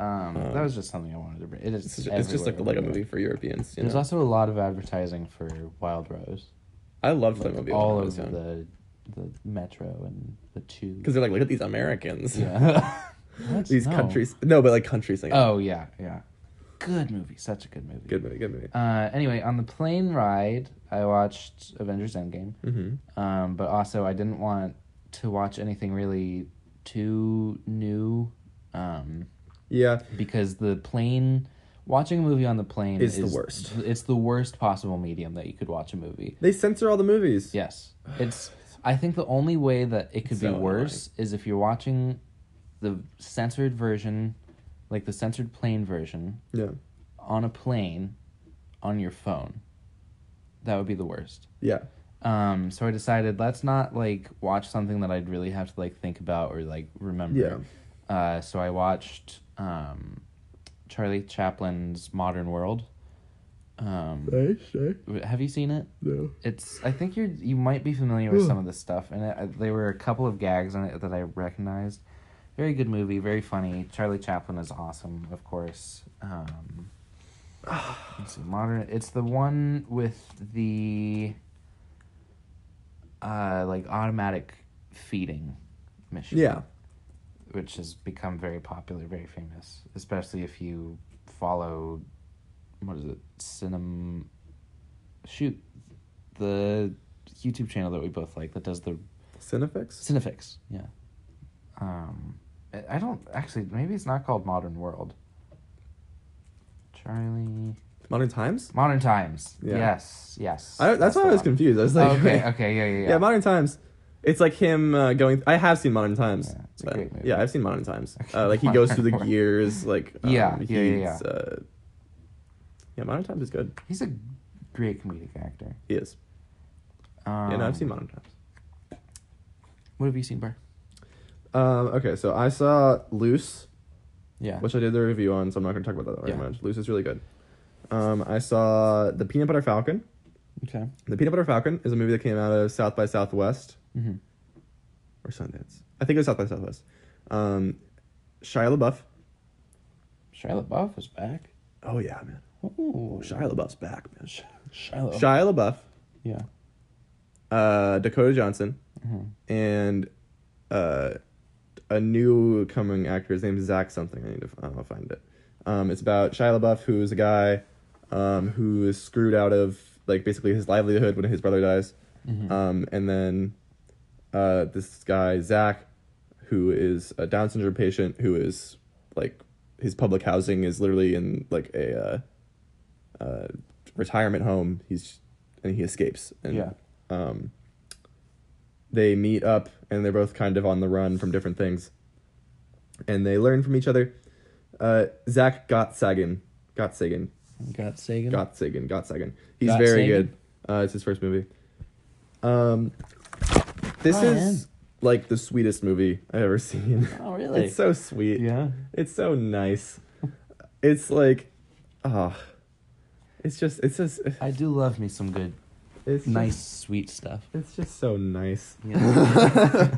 B: Um, that was just something I wanted to bring. It is.
C: It's just, it's just like a
B: everywhere.
C: Lego movie for Europeans. You
B: There's
C: know?
B: also a lot of advertising for Wild Rose.
C: I loved that movie.
B: all
C: All
B: over
C: of them.
B: the the metro and the two.
C: Because they're like, look at these Americans.
B: yeah. That's-
C: these
B: no.
C: countries. No, but like countries. Like,
B: Oh yeah, yeah. Good movie. Such a good movie.
C: Good movie. Good movie.
B: Uh, anyway, on the plane ride, I watched Avengers Endgame. Mm-hmm. Um, but also, I didn't want to watch anything really too new. Um,
C: Yeah.
B: because the plane watching a movie on the plane
C: Is the worst.
B: It's the worst possible medium that you could watch a movie.
C: They censor all the movies.
B: Yes. It's I think the only way that it could
C: So
B: be worse is if you're watching the censored version, like the censored plane version
C: Yeah.
B: on a plane on your phone. That would be the worst.
C: Yeah.
B: Um, so I decided let's not like watch something that I'd really have to like think about or like remember. Yeah. Uh, so I watched um, Charlie Chaplin's Modern World. Um, w- have you seen it?
C: No.
B: It's I think you're you might be familiar with some of this stuff, and it, I, there were a couple of gags in it that I recognized. Very good movie, very funny. Charlie Chaplin is awesome, of course. Um, let's see, modern. It's the one with the uh, like automatic feeding machine
C: Yeah.
B: which has become very popular, very famous, especially if you follow what is it? Cinem shoot the YouTube channel that we both like that does the
C: Cinefix.
B: Cinefix. Yeah. Um I- I don't actually maybe it's not called Modern World. Charlie
C: Modern Times.
B: Modern Times.
C: Yeah.
B: Yes, yes.
C: I, that's, why
B: the
C: I was
B: one.
C: confused. I was like,
B: okay,
C: wait.
B: okay, yeah, yeah, yeah.
C: Yeah, Modern Times. It's like him uh, going. I have seen Modern Times.
B: Yeah, it's a
C: but-
B: great movie.
C: yeah, I've seen Modern Times. Uh, like he goes through the
B: Modern-
C: gears. Like um,
B: Yeah, yeah, yeah, yeah.
C: he's, Uh, yeah, Modern Times is good.
B: He's a great comedic actor.
C: He is.
B: Um,
C: yeah, no, I've seen Modern Times.
B: What have you seen, Bar?
C: Um, okay, so I saw Loose,
B: Yeah.
C: which I did the review on, so I'm not going to talk about that very
B: Yeah.
C: much. Loose is really good. Um, I saw The Peanut Butter Falcon.
B: Okay.
C: The Peanut Butter Falcon is a movie that came out of South by Southwest
B: Mhm.
C: or Sundance. I think it was South by Southwest. Um, Shia LaBeouf.
B: Shia LaBeouf is back.
C: Oh yeah, man.
B: Oh,
C: Shia LaBeouf's back, man.
B: Shia LaBeouf.
C: Shia LaBeouf
B: yeah.
C: uh, Dakota Johnson, Mm-hmm. and uh, a new coming actor. His name is Zach something. I need to I'll find it. Um, it's about Shia LaBeouf, who's a guy um, who is screwed out of like basically his livelihood when his brother dies, um, and then uh, this guy Zach, who is a Down syndrome patient, who is like his public housing is literally in like a. Uh, uh, retirement home. He's and he escapes. And
B: Yeah.
C: um, they meet up, and they're both kind of on the run from different things, and they learn from each other. Uh, Zach Gottsagen, Gottsagen,
B: Got Sagan.
C: Gottsagen, Gottsagen. He's
B: Gottsagen?
C: very good. Uh, it's his first movie. Um, this
B: Oh,
C: is like the sweetest movie I've ever seen.
B: Oh, really?
C: It's uh, so sweet.
B: yeah.
C: It's so nice. It's like, ah, it's just, it's just,
B: I do love me some good,
C: it's
B: nice,
C: Just,
B: sweet stuff.
C: it's just so nice.
B: Yeah.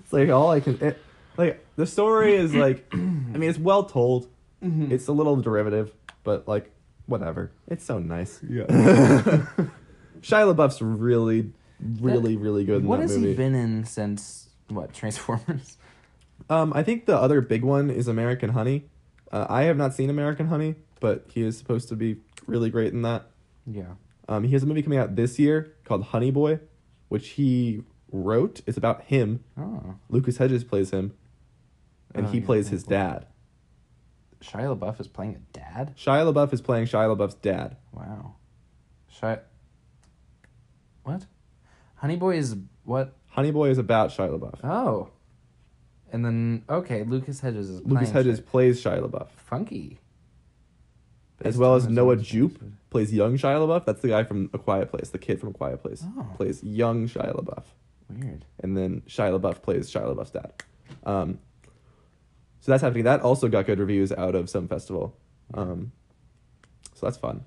C: It's like all I can, it, like the story is like, I mean, it's well told.
B: Mm-hmm.
C: It's a little derivative, but like, whatever. It's so nice. Yeah. Shia LaBeouf's really, really, really good in
B: what
C: that
B: has
C: movie.
B: he been in since what Transformers?
C: Um, I think the other big one is American Honey. Uh, I have not seen American Honey, but he is supposed to be really great in that.
B: Yeah.
C: Um, he has a movie coming out this year called Honey Boy, which he wrote. It's about him.
B: Oh,
C: Lucas Hedges plays him, and
B: Oh,
C: he
B: yeah,
C: plays
B: Honey
C: his
B: Boy.
C: dad.
B: Shia LaBeouf is playing a dad.
C: Shia LaBeouf is playing Shia LaBeouf's dad.
B: Wow. Shia. What? Honey Boy is what?
C: Honey Boy is about Shia LaBeouf.
B: Oh. And then okay, Lucas Hedges is
C: Lucas
B: playing
C: Hedges
B: Shia-
C: plays Shia LaBeouf,
B: funky.
C: as
B: Based
C: well
B: on
C: as
B: his
C: Noah
B: own
C: Jupe
B: stories.
C: plays young Shia LaBeouf. That's the guy from A Quiet Place, the kid from A Quiet Place,
B: Oh.
C: plays young Shia LaBeouf.
B: Weird.
C: and then Shia LaBeouf plays Shia LaBeouf's dad. Um, so that's happening. That also got good reviews out of some festival. Um, so that's fun.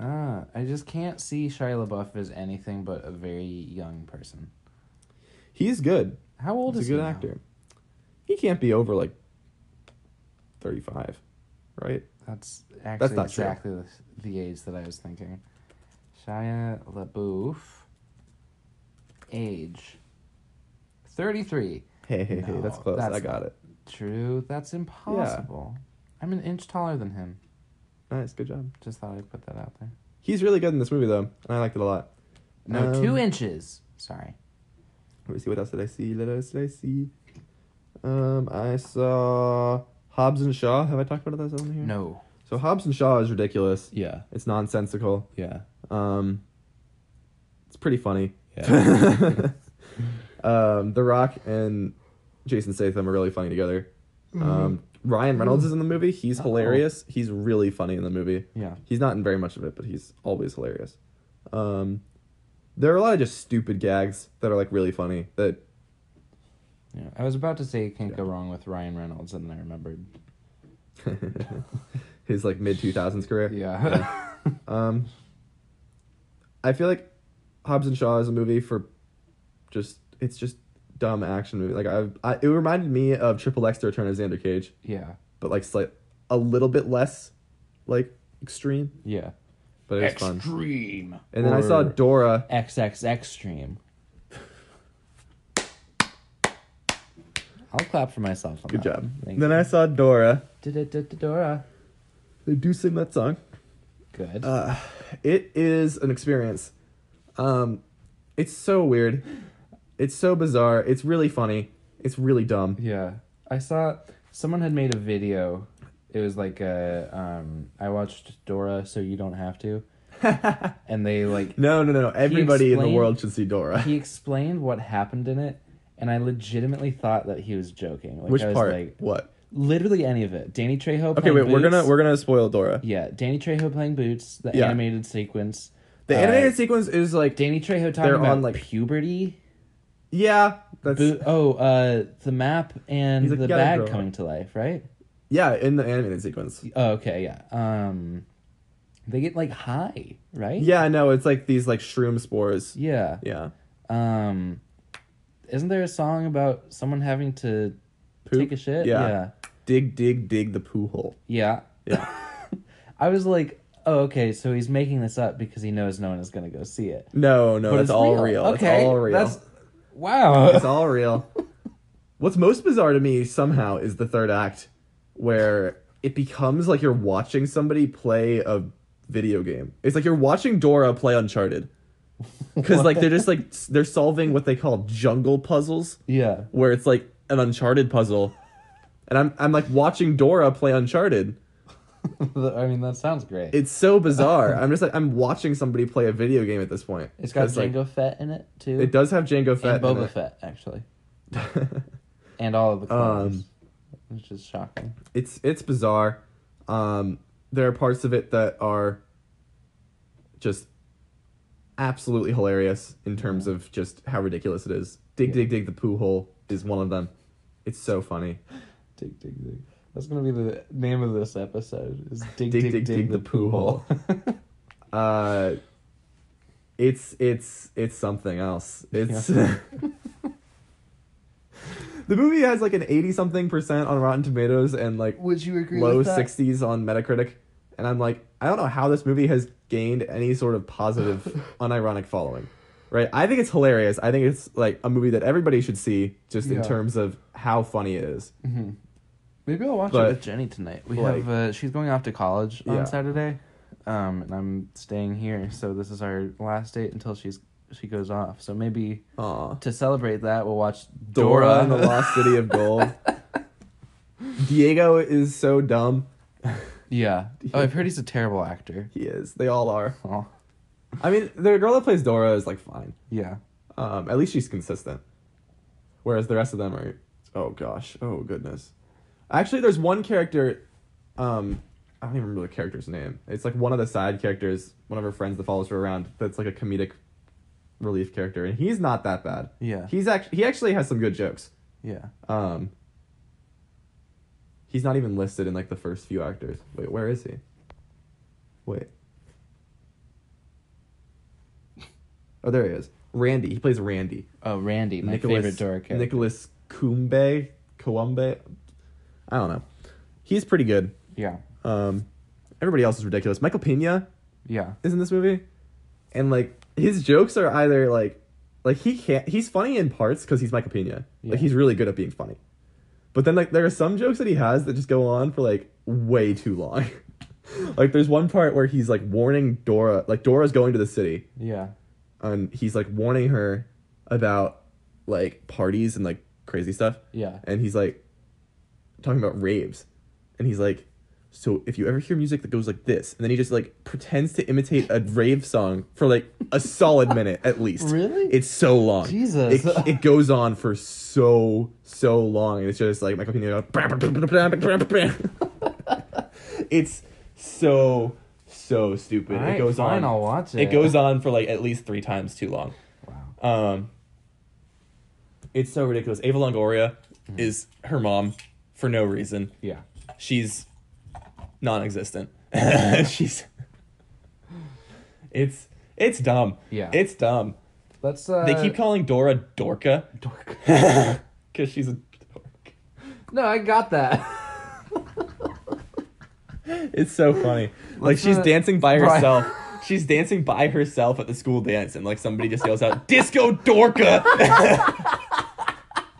B: Ah, I just can't see Shia LaBeouf as anything but a very young person.
C: He's good.
B: How old
C: He's
B: is
C: a good
B: he now?
C: actor. He can't be over like thirty-five, right?
B: That's actually
C: not true.
B: exactly the, the age that I was thinking. Shia LaBeouf, age thirty-three.
C: Hey, hey, hey!
B: No,
C: That's close.
B: that's
C: I got it.
B: True, that's impossible. I'm an inch taller than him.
C: Nice, good job.
B: Just thought I'd put that out there.
C: He's really good in this movie though, and I liked it a lot.
B: No, two
C: Um,
B: inches. Sorry.
C: Let me see what else did I see. What else did I see? Um, I saw Hobbs and Shaw. Have I talked about those on here?
B: No.
C: So Hobbs and Shaw is ridiculous.
G: Yeah,
C: It's nonsensical.
G: yeah,
C: Um, it's pretty funny.
G: yeah.
C: um, the Rock and Jason Statham are really funny together. Um, Ryan Reynolds is in the movie. He's hilarious. He's really funny in the movie.
B: Yeah.
C: He's not in very much of it, but he's always hilarious. Um, there are a lot of just stupid gags that are like really funny. That
B: Yeah. I was about to say you can't go wrong with Ryan Reynolds, and then I remembered.
C: his like mid two thousands career.
B: Yeah.
C: Um, I feel like Hobbs and Shaw is a movie for just it's just dumb action movie. Like I, I it reminded me of Triple X: The Return of Xander Cage,
B: yeah.
C: but like slight a little bit less like extreme,
B: Yeah.
C: but it was fun.
G: Extreme.
C: And then I saw
B: Or-
C: Dora.
B: XX Extreme. I'll clap for myself. On
C: Good
B: that
C: job.
B: one. Thank
C: Then I saw Dora.
B: you. Dora.
C: They do sing that song.
B: Good.
C: Uh, It is an experience. Um, it's so weird. It's so bizarre. It's really funny. It's really dumb.
B: yeah. I saw someone had made a video. It was like a um I watched Dora so you don't have to. and they like
C: No, no, no, no. Everybody in the
B: explained-
C: world should see Dora.
B: he explained what happened in it and I legitimately thought that he was joking. Like
C: Which
B: I was
C: part?
B: like
C: what?
B: literally any of it. Danny Trejo
C: Okay,
B: playing
C: wait. We're
B: Boots.
C: gonna we're gonna spoil Dora.
B: Yeah, Danny Trejo playing Boots, the
C: Yeah.
B: animated sequence.
C: The
B: Uh,
C: animated sequence is like
B: Danny Trejo talking
C: They're
B: about
C: on, like-
B: puberty.
C: yeah, that's
B: Bo- oh, uh, the map and
C: He's like,
B: the
C: "Gotta grow
B: bag
C: up."
B: coming to life, right?
C: yeah in the animated sequence.
B: Oh, okay, yeah. Um, they get like high, right?
C: Yeah, no, it's like these like shroom spores.
B: yeah.
C: Yeah,
B: Um, isn't there a song about someone having to
C: Poop?
B: take a shit?
C: Yeah.
B: yeah,
C: dig, dig, dig the poo hole.
B: yeah.
C: Yeah,
B: I was like, Oh, okay. So he's making this up because he knows no one is going to go see it.
C: No, no, it's, all real. It's all real.
B: That's wow.
C: It's all real. What's most bizarre to me somehow is the third act, where it becomes like you're watching somebody play a video game. It's like you're watching Dora play Uncharted, because like they're just like s- they're solving what they call jungle puzzles,
B: yeah.
C: where it's like an Uncharted puzzle, and I'm I'm like watching Dora play Uncharted.
B: I mean, that sounds great.
C: It's so bizarre. I'm just like I'm watching somebody play a video game at this point.
B: it's got
C: 'Cause, like,
B: Django Fett in it too.
C: it does have Django Fett.
B: and Boba Fett actually,
C: Fett.
B: and all of the clones,
C: Um,
B: which is shocking.
C: it's it's bizarre. Um, there are parts of it that are just absolutely hilarious in terms of just how ridiculous it is. Dig, dig, dig. The poo hole is one of them. It's so funny.
B: Dig dig dig. That's gonna be the name of this episode. Is dig
C: Dig, dig, dig the poo Uh, it's it's it's something else. It's the movie has like an eighty something percent on Rotten Tomatoes and like
B: Would you agree?
C: low
B: with that?
C: sixties on Metacritic, and I'm like, I don't know how this movie has gained any sort of positive, unironic following. Right? I think it's hilarious. I think it's like a movie that everybody should see, just
B: Yeah.
C: in terms of how funny it is.
B: Maybe I'll watch
C: But,
B: it with Jenny tonight. We
C: like-
B: have uh, she's going off to college
C: Yeah.
B: on Saturday, um, and I'm staying here. So this is our last date until she's she goes off. So maybe
C: Aw.
B: to celebrate that, we'll watch
C: Dora
B: Dora.
C: and the Lost City of Gold. Diego is so dumb.
B: yeah. Oh, I've heard he's a terrible actor.
C: He is. They all are.
B: Oh,
C: I mean, the girl that plays Dora is like fine.
B: yeah.
C: Um, at least she's consistent. Whereas the rest of them are, oh gosh, oh goodness. Actually, there's one character, um, I don't even remember the character's name. It's like one of the side characters, one of her friends that follows her around. That's like a comedic relief character, and he's not that bad.
B: Yeah.
C: he's actually he actually has some good jokes.
B: Yeah.
C: Um, he's not even listed in like the first few actors. Wait, where is he? Wait. Oh, there he is. Randy. He plays Randy.
B: Oh, Randy, my favorite Dora character.
C: Nicholas Kumbe, Kuambe. I don't know. He's pretty good.
B: yeah.
C: Um, everybody else is ridiculous. Michael Pena
B: Yeah.
C: is in this movie, and like his jokes are either like, like he can't. He's funny in parts because he's Michael Pena.
B: Yeah.
C: Like he's really good at being funny, but then like there are some jokes that he has that just go on for like way too long. like there's one part where he's like warning Dora, like Dora's going to the city,
B: Yeah.
C: and he's like warning her about like parties and like crazy stuff
B: Yeah.
C: and he's like talking about raves and he's like so if you ever hear music that goes like this and then he just like pretends to imitate a rave song for like a solid minute at least
B: Really?
C: it's so long
B: Jesus.
C: it, it goes on for so so long and it's just like michael Pena going, it's so so stupid
B: Alright,
C: it goes
B: fine,
C: on
B: I'll watch it.
C: it goes on for like at least three times too long
B: Wow.
C: um, it's so ridiculous. Ava Longoria is her mom for no reason.
B: Mm-hmm. Yeah.
C: She's non-existent. She's. It's it's dumb.
B: Yeah.
C: it's dumb.
B: Let's. Uh,
C: they keep calling Dora Dorka
B: Dork.
C: because she's a dork.
B: no, I got that.
C: It's so funny. like
B: Let's
C: she's
B: not-
C: dancing by
B: Brian-
C: herself. She's dancing by herself at the school dance, and like somebody just yells out, "Disco Dorka!"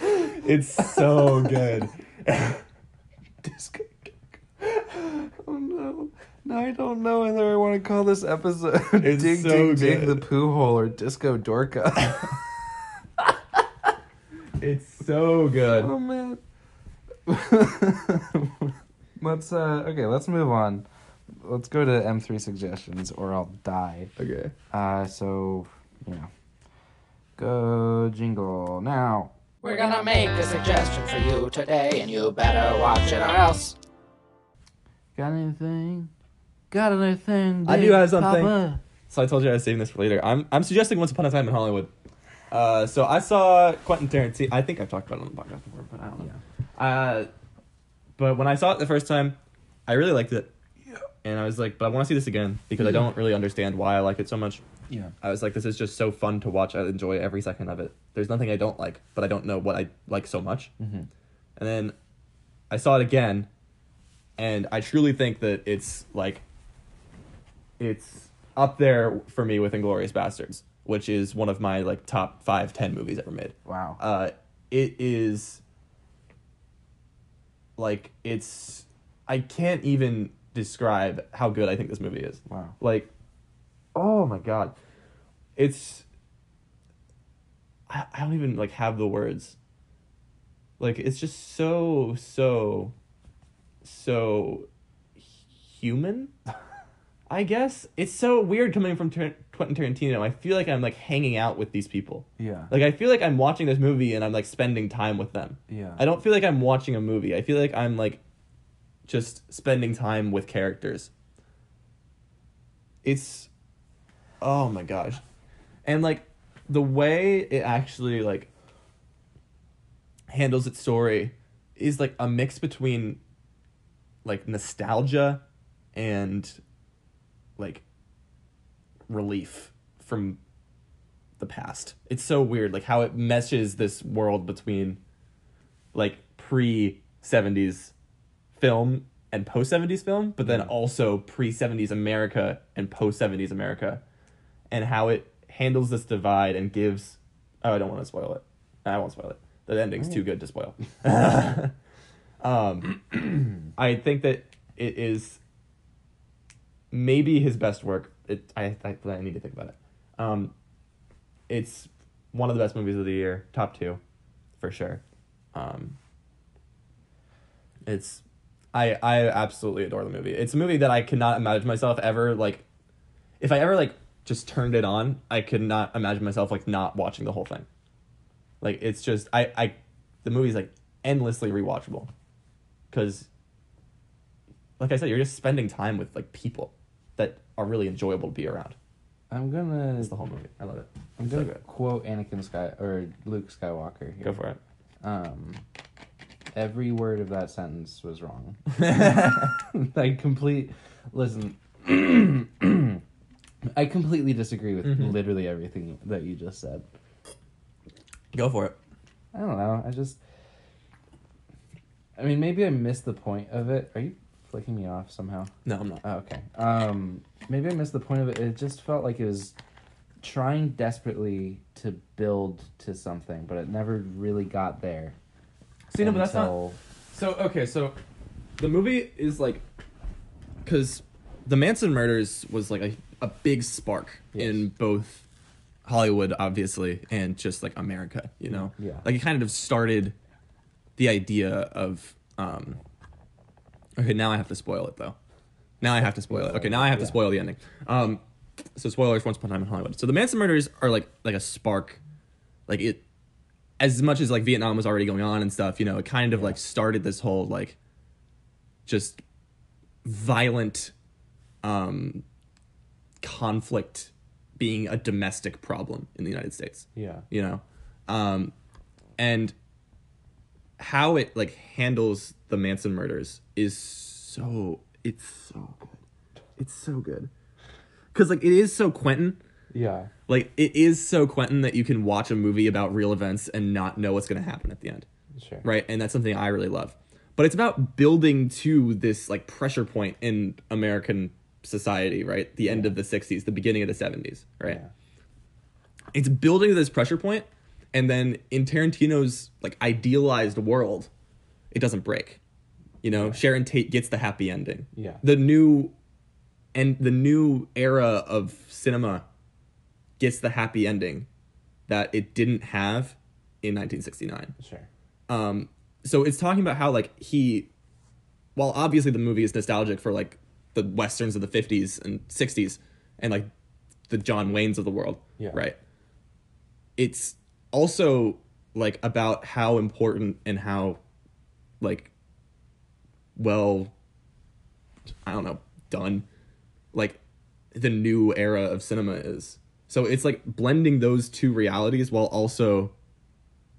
C: it's so good.
B: Disco Dork. Oh no. Now I don't know whether I want to call this episode
C: It's
B: Dig
C: so
B: Dig Dig the
C: good.
B: Poo Hole or Disco Dorka.
C: It's so good.
B: oh man. let's uh okay, let's move on. Let's go to M3 suggestions or I'll die.
C: Okay.
B: Uh so, you know. Go jingle now.
D: We're gonna make a suggestion for you today, and you better watch it or else.
B: Got anything? Got anything?
C: I do
B: Big
C: have something.
B: Papa?
C: So I told you I was saving this for later. I'm I'm suggesting Once Upon a Time in Hollywood. Uh, so I saw Quentin Tarantino. I think I've talked about it on the podcast before, but I don't know. Uh, but when I saw it the first time, I really liked it, and I was like, but I want to see this again because I don't really understand why I like it so much.
B: Yeah.
C: I was like, this is just so fun to watch. I enjoy every second of it. There's nothing I don't like, but I don't know what I like so much. And then I saw it again, and I truly think that it's like it's up there for me with Inglorious Bastards, which is one of my like top five ten movies ever made.
B: Wow.
C: Uh, it is like it's I can't even describe how good I think this movie is.
B: Wow.
C: Like, oh my god, it's I, I don't even like have the words. Like it's just so so so human. I guess it's so weird coming from Tar- Quentin Tarantino. I feel like I'm like hanging out with these people.
B: Yeah.
C: Like I feel like I'm watching this movie and I'm like spending time with them.
B: Yeah.
C: I don't feel like I'm watching a movie. I feel like I'm like just spending time with characters. It's oh my gosh. And like the way it actually like handles its story is like a mix between like nostalgia and like relief from the past. It's so weird, like how it meshes this world between like pre seventies film and post seventies film, but then also pre seventies America and post seventies America, and how it handles this divide and gives. Oh, I don't want to spoil it. I won't spoil it. The ending's too good to spoil. um, I think that it is maybe his best work. It I I, I need to think about it. Um, it's one of the best movies of the year, top two, for sure. Um, it's, I I absolutely adore the movie. It's a movie that I could not imagine myself ever like, if I ever like just turned it on, I could not imagine myself like not watching the whole thing. Like it's just I I, the movie's like endlessly rewatchable, because. Like I said, you're just spending time with like people that are really enjoyable to be around.
B: I'm gonna
C: It's the whole movie. I love it.
B: I'm
C: It's
B: gonna
C: so good.
B: quote Anakin Sky or Luke Skywalker here.
C: Go for it.
B: Um, every word of that sentence was wrong. like complete. Listen, I completely disagree with
C: Mm-hmm.
B: literally everything that you just said.
C: Go for it.
B: I don't know. I just. I mean, maybe I missed the point of it. Are you flicking me off somehow?
C: No, I'm not.
B: Oh, okay. Um, maybe I missed the point of it. It just felt like it was trying desperately to build to something, but it never really got there.
C: See, no, but that's not.
B: until-
C: So okay, so the movie is like, because the Manson murders was like a a big spark
B: Yes.
C: in both Hollywood, obviously, and just like America. You know,
B: Yeah.
C: like it kind of started the idea of. um Okay, now I have to spoil it though. Now I have to spoil it. Okay, now I have to
B: Yeah.
C: spoil the ending. Um, so spoilers for Once Upon a Time in Hollywood. So the Manson murders are like like a spark, like it as much as like Vietnam was already going on and stuff, you know, it kind of like started this whole like just violent um conflict being a domestic problem in the United States
B: Yeah.
C: you know um and how it like handles the manson murders is so it's so good it's so good because like it is so quentin
B: Yeah.
C: like it is so quentin that you can watch a movie about real events and not know what's going to happen at the end
B: Sure.
C: right and that's something i really love but it's about building to this like pressure point in american society right the end of the 60s the beginning of the 70s right
B: Yeah.
C: it's building to this pressure point and then in tarantino's like idealized world it doesn't break you know sharon tate gets the happy ending
B: Yeah.
C: the new and the new era of cinema gets the happy ending that it didn't have in 1969
B: Sure.
C: um so it's talking about how like he while obviously the movie is nostalgic for like the westerns of the 50s and 60s and like the john waynes of the world
B: Yeah.
C: right it's also like about how important and how like well i don't know done like the new era of cinema is so it's like blending those two realities while also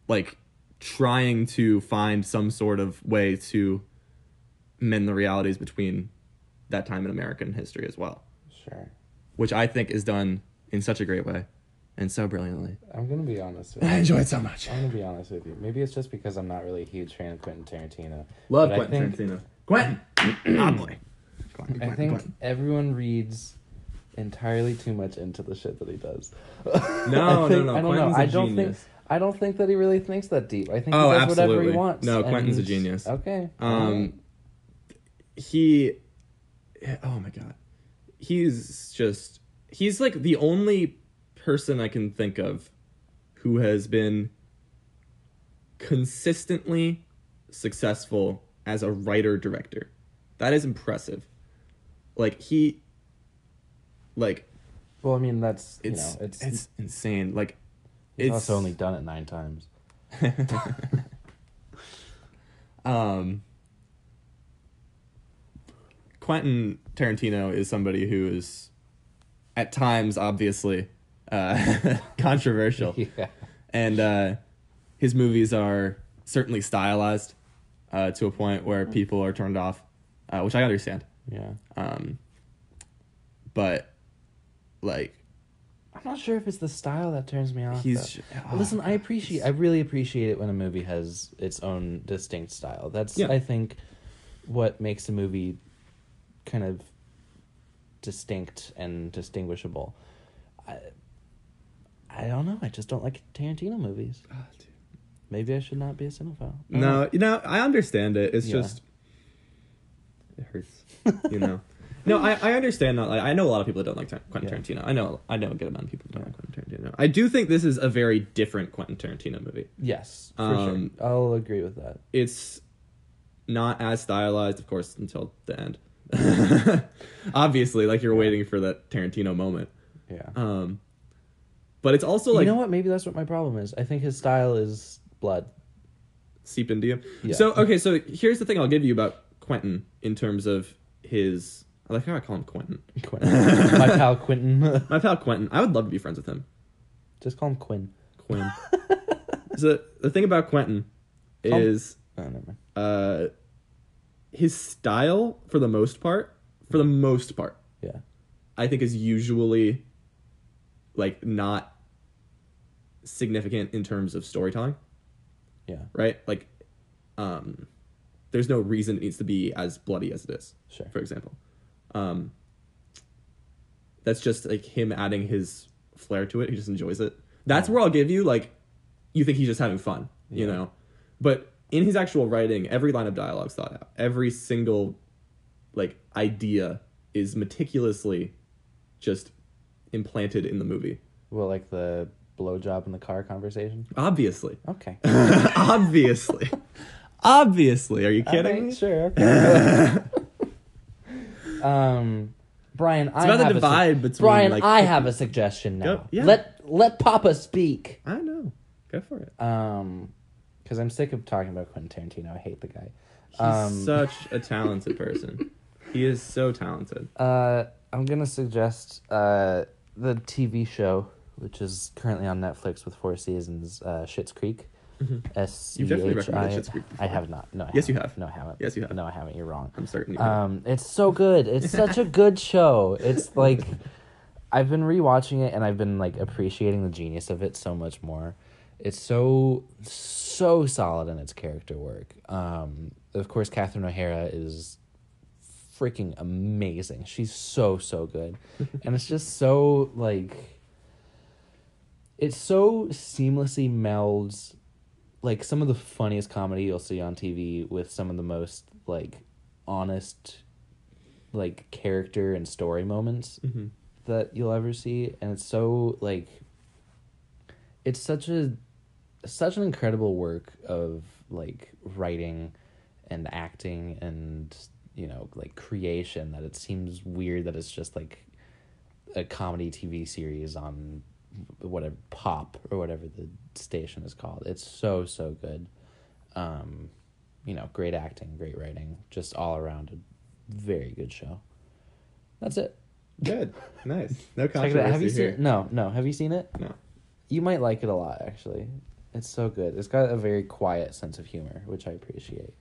C: like trying to find some sort of way to mend the realities between that time in american history as well
B: Sure.
C: which i think is done in such a great way and so brilliantly
B: I'm gonna be honest with
C: i
B: you.
C: enjoy it so much
B: I'm gonna be honest with you. Maybe it's just because I'm not really a huge fan of Quentin Tarantino.
C: love
B: but I
C: quentin
B: think-
C: tarantino Gwen. oh boy.
B: I think everyone reads entirely too much into the shit that he does. I
C: No, no,
B: think-
C: no.
B: I don't know.
C: Quentin's a
B: I don't
C: genius.
B: think. I don't think that he really thinks that deep. I think
C: Oh,
B: he does whatever
C: absolutely.
B: he wants.
C: No, Quentin's a
B: and-
C: genius.
B: Okay. alright.
C: Um, he, oh my god, he's just he's like the only person I can think of who has been consistently successful as a writer director. That is impressive. Like he, like
B: well, I mean, that's you
C: it's
B: know, it's,
C: it's insane. Like
B: he's also only done it nine times.
C: um Quentin Tarantino is somebody who is at times obviously uh controversial
B: Yeah.
C: and uh his movies are certainly stylized uh to a point where people are turned off uh which I understand
B: Yeah.
C: um but like
B: I'm not sure if it's the style that turns me off.
C: He's
B: though.
C: j- oh,
B: Listen, I appreciate. I really appreciate it when a movie has its own distinct style. That's
C: Yeah.
B: I think what makes a movie kind of distinct and distinguishable. I I don't know. I just don't like Tarantino movies. Maybe I should not be a cinephile. I don't know.
C: No, you know, I understand it. It's
B: Yeah.
C: just it hurts, you know. No, I, I understand not like I know a lot of people that don't like Tar- Quentin
B: Yeah.
C: Tarantino. I know I know a good amount of people that don't like Quentin Tarantino. I do think this is a very different Quentin Tarantino movie.
B: Yes, for
C: Um,
B: sure. I'll agree with that.
C: It's not as stylized, of course, until the end. Obviously, like you're waiting for that Tarantino moment.
B: Yeah.
C: Um but it's also like
B: you know what? Maybe that's what my problem is. I think his style is blood.
C: seep into you.
B: Yeah.
C: So okay, so here's the thing I'll give you about Quentin in terms of his I like how I call him Quentin.
B: Quentin. my pal Quentin.
C: My pal Quentin, I would love to be friends with him.
B: Just call him Quinn.
C: Quinn. so the thing about Quentin is
B: Oh, never mind.
C: uh, his style, for the most part, for the most part,
B: Yeah.
C: I think is usually like not significant in terms of storytelling,
B: Yeah.
C: right? Like, um, there's no reason it needs to be as bloody as it is.
B: Sure.
C: For example, um, that's just like him adding his flair to it. He just enjoys it. That's where I'll give you like, you think he's just having fun, you
B: Yeah.
C: know, but in his actual writing, every line of dialogue's thought out. Every single like idea is meticulously just implanted in the movie.
B: Well, like the blowjob in the car conversation.
C: Obviously,
B: Okay.
C: obviously, obviously. Are you kidding
B: Alright,
C: me?
B: Sure. okay. um, Brian, I
C: about the
B: have a
C: divide
B: sug-
C: between,
B: Brian,
C: like,
B: I
C: the-
B: have a suggestion now.
C: Go- yeah.
B: Let let Papa speak.
C: I know. Go for it.
B: Um, because I'm sick of talking about Quentin Tarantino. I hate the guy.
C: He's
B: Um,
C: such a talented person. He is so talented.
B: Uh, I'm gonna suggest uh the TV show which is currently on Netflix with four seasons, uh, Schitt's Creek. S
C: Mm-hmm. You've
B: C
C: definitely
B: H
C: recommended
B: I.
C: Schitt's Creek
B: I
C: before.
B: have not. No, I
C: Yes, you
B: haven't.
C: have.
B: No, I haven't.
C: Yes, you have.
B: No, I haven't. You're wrong.
C: I'm certain. you know.
B: Um, it's so good. It's such a good show. It's like I've been rewatching it and I've been like appreciating the genius of it so much more. It's so so solid in its character work. Um, of course, Catherine O'Hara is freaking amazing. She's so so good, and it's just so like it so seamlessly melds like some of the funniest comedy you'll see on TV with some of the most like honest like character and story moments that you'll ever see and it's so like it's such a such an incredible work of like writing and acting and you know like creation that it seems weird that it's just like a comedy TV series on whatever pop or whatever the station is called. It's so so good. Um, you know, great acting, great writing, just all around a very good show. That's it.
C: Good. Nice. No
B: Check it
C: controversy
B: out. Have you seen
C: here.
B: it? No, no. Have you seen it?
C: No.
B: You might like it a lot actually. It's so good. It's got a very quiet sense of humor, which I appreciate.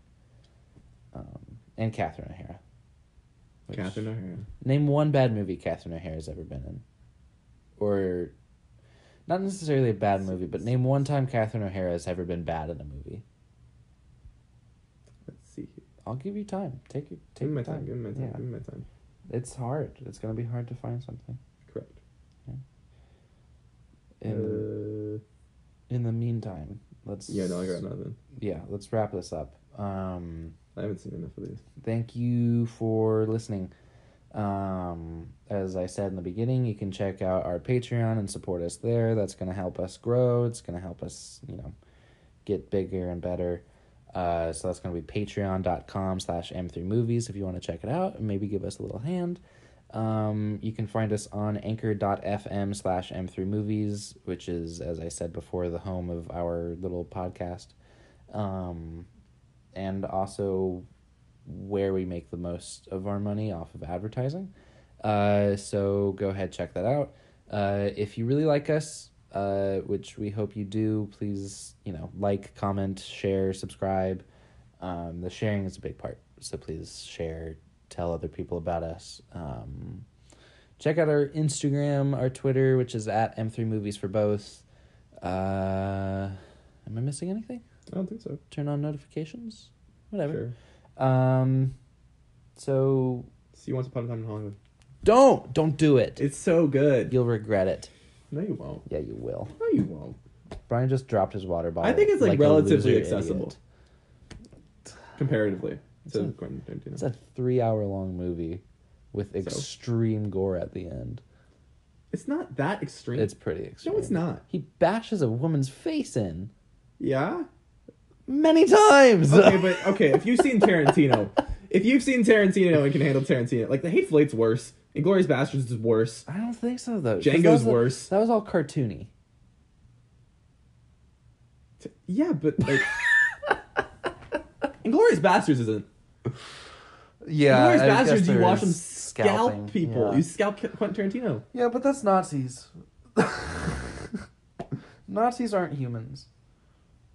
B: Um, and Catherine O'Hara. which-
C: Catherine O'Hara.
B: Name one bad movie Catherine O'Hara has ever been in. Or not necessarily a bad movie, but name one time Catherine O'Hara has ever been bad in a movie.
C: Let's see. here.
B: I'll give you time. Take your take
C: Give me my
B: your
C: time. Give me my time. Give me my time.
B: Yeah. It's hard. It's gonna be hard to find something.
C: Correct.
B: In
C: Uh,
B: in the meantime, let's
C: yeah, no, I got nothing.
B: yeah, let's wrap this up. Um
C: I haven't seen enough of these.
B: thank you for listening. Um, as I said in the beginning, you can check out our Patreon and support us there. That's going to help us grow. It's going to help us, you know, get bigger and better. Uh, so that's going to be patreon.com slash m3movies if you want to check it out and maybe give us a little hand. Um, you can find us on anchor.fm slash m3movies, which is, as I said before, the home of our little podcast. Um, and also where we make the most of our money off of advertising. Uh, so go ahead, check that out. Uh, if you really like us, uh, which we hope you do, please you know like, comment, share, subscribe. Um, the sharing is a big part, so please share, tell other people about us. Um, check out our Instagram, our Twitter, which is at M three Movies for both. Uh, am I missing anything?
C: I don't think so.
B: Turn on notifications, whatever.
C: Sure.
B: Um, so
C: See you once upon a time in Hollywood.
B: don't don't do it.
C: It's so good.
B: You'll regret it.
C: no, you won't.
B: Yeah, you will.
C: No, you won't.
B: Brian just dropped his water bottle.
C: I think it's like,
B: a
C: relatively
B: loser
C: accessible,
B: idiot.
C: comparatively to
B: a-
C: Quentin Tarantino.
B: It's a three-hour-long movie with extreme gore at the end.
C: It's not that extreme.
B: It's pretty extreme.
C: no, it's not.
B: He bashes a woman's face in
C: Yeah.
B: many times.
C: Okay, but okay, if you've seen Tarantino, if you've seen Tarantino and can handle Tarantino, like The Hateful Eight's worse, Inglorious Bastards is worse.
B: I don't think so though. 'cause
C: Django's
B: that was a-
C: worse.
B: that was all cartoony.
C: T- Yeah, but like, Inglorious Bastards isn't.
B: Yeah,
C: Inglorious Bastards, you watch them scalp people.
B: Yeah.
C: You scalp Qu- Quentin Tarantino.
B: Yeah, but that's Nazis. Nazis aren't humans.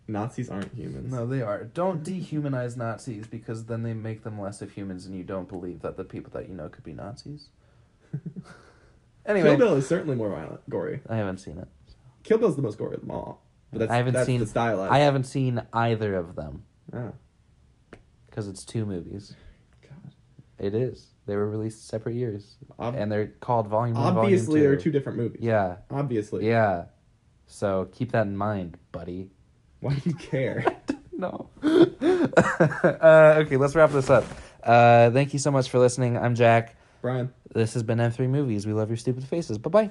C: Nazis aren't humans.
B: No, they are. Don't dehumanize Nazis because then they make them less of humans and you don't believe that the people that you know could be Nazis.
C: Kill
B: anyway,
C: Bill is certainly more violent, gory.
B: I haven't seen it.
C: Kill Bill's the most gory of them all. But that's,
B: I haven't
C: that's
B: seen
C: the stylized.
B: I haven't seen either of them
C: Oh,
B: because it's two movies.
C: God.
B: It is. They were released separate years
C: Ob-
B: and they're called Volume 1
C: Obviously, there
B: Volume
C: are two different movies.
B: Yeah.
C: Obviously.
B: Yeah. So keep that in mind, buddy.
C: Why do you care?
B: No. uh, okay, let's wrap this up. Uh, thank you so much for listening. I'm Jack.
C: Brian.
B: This has been M3 Movies. We love your stupid faces. Bye bye.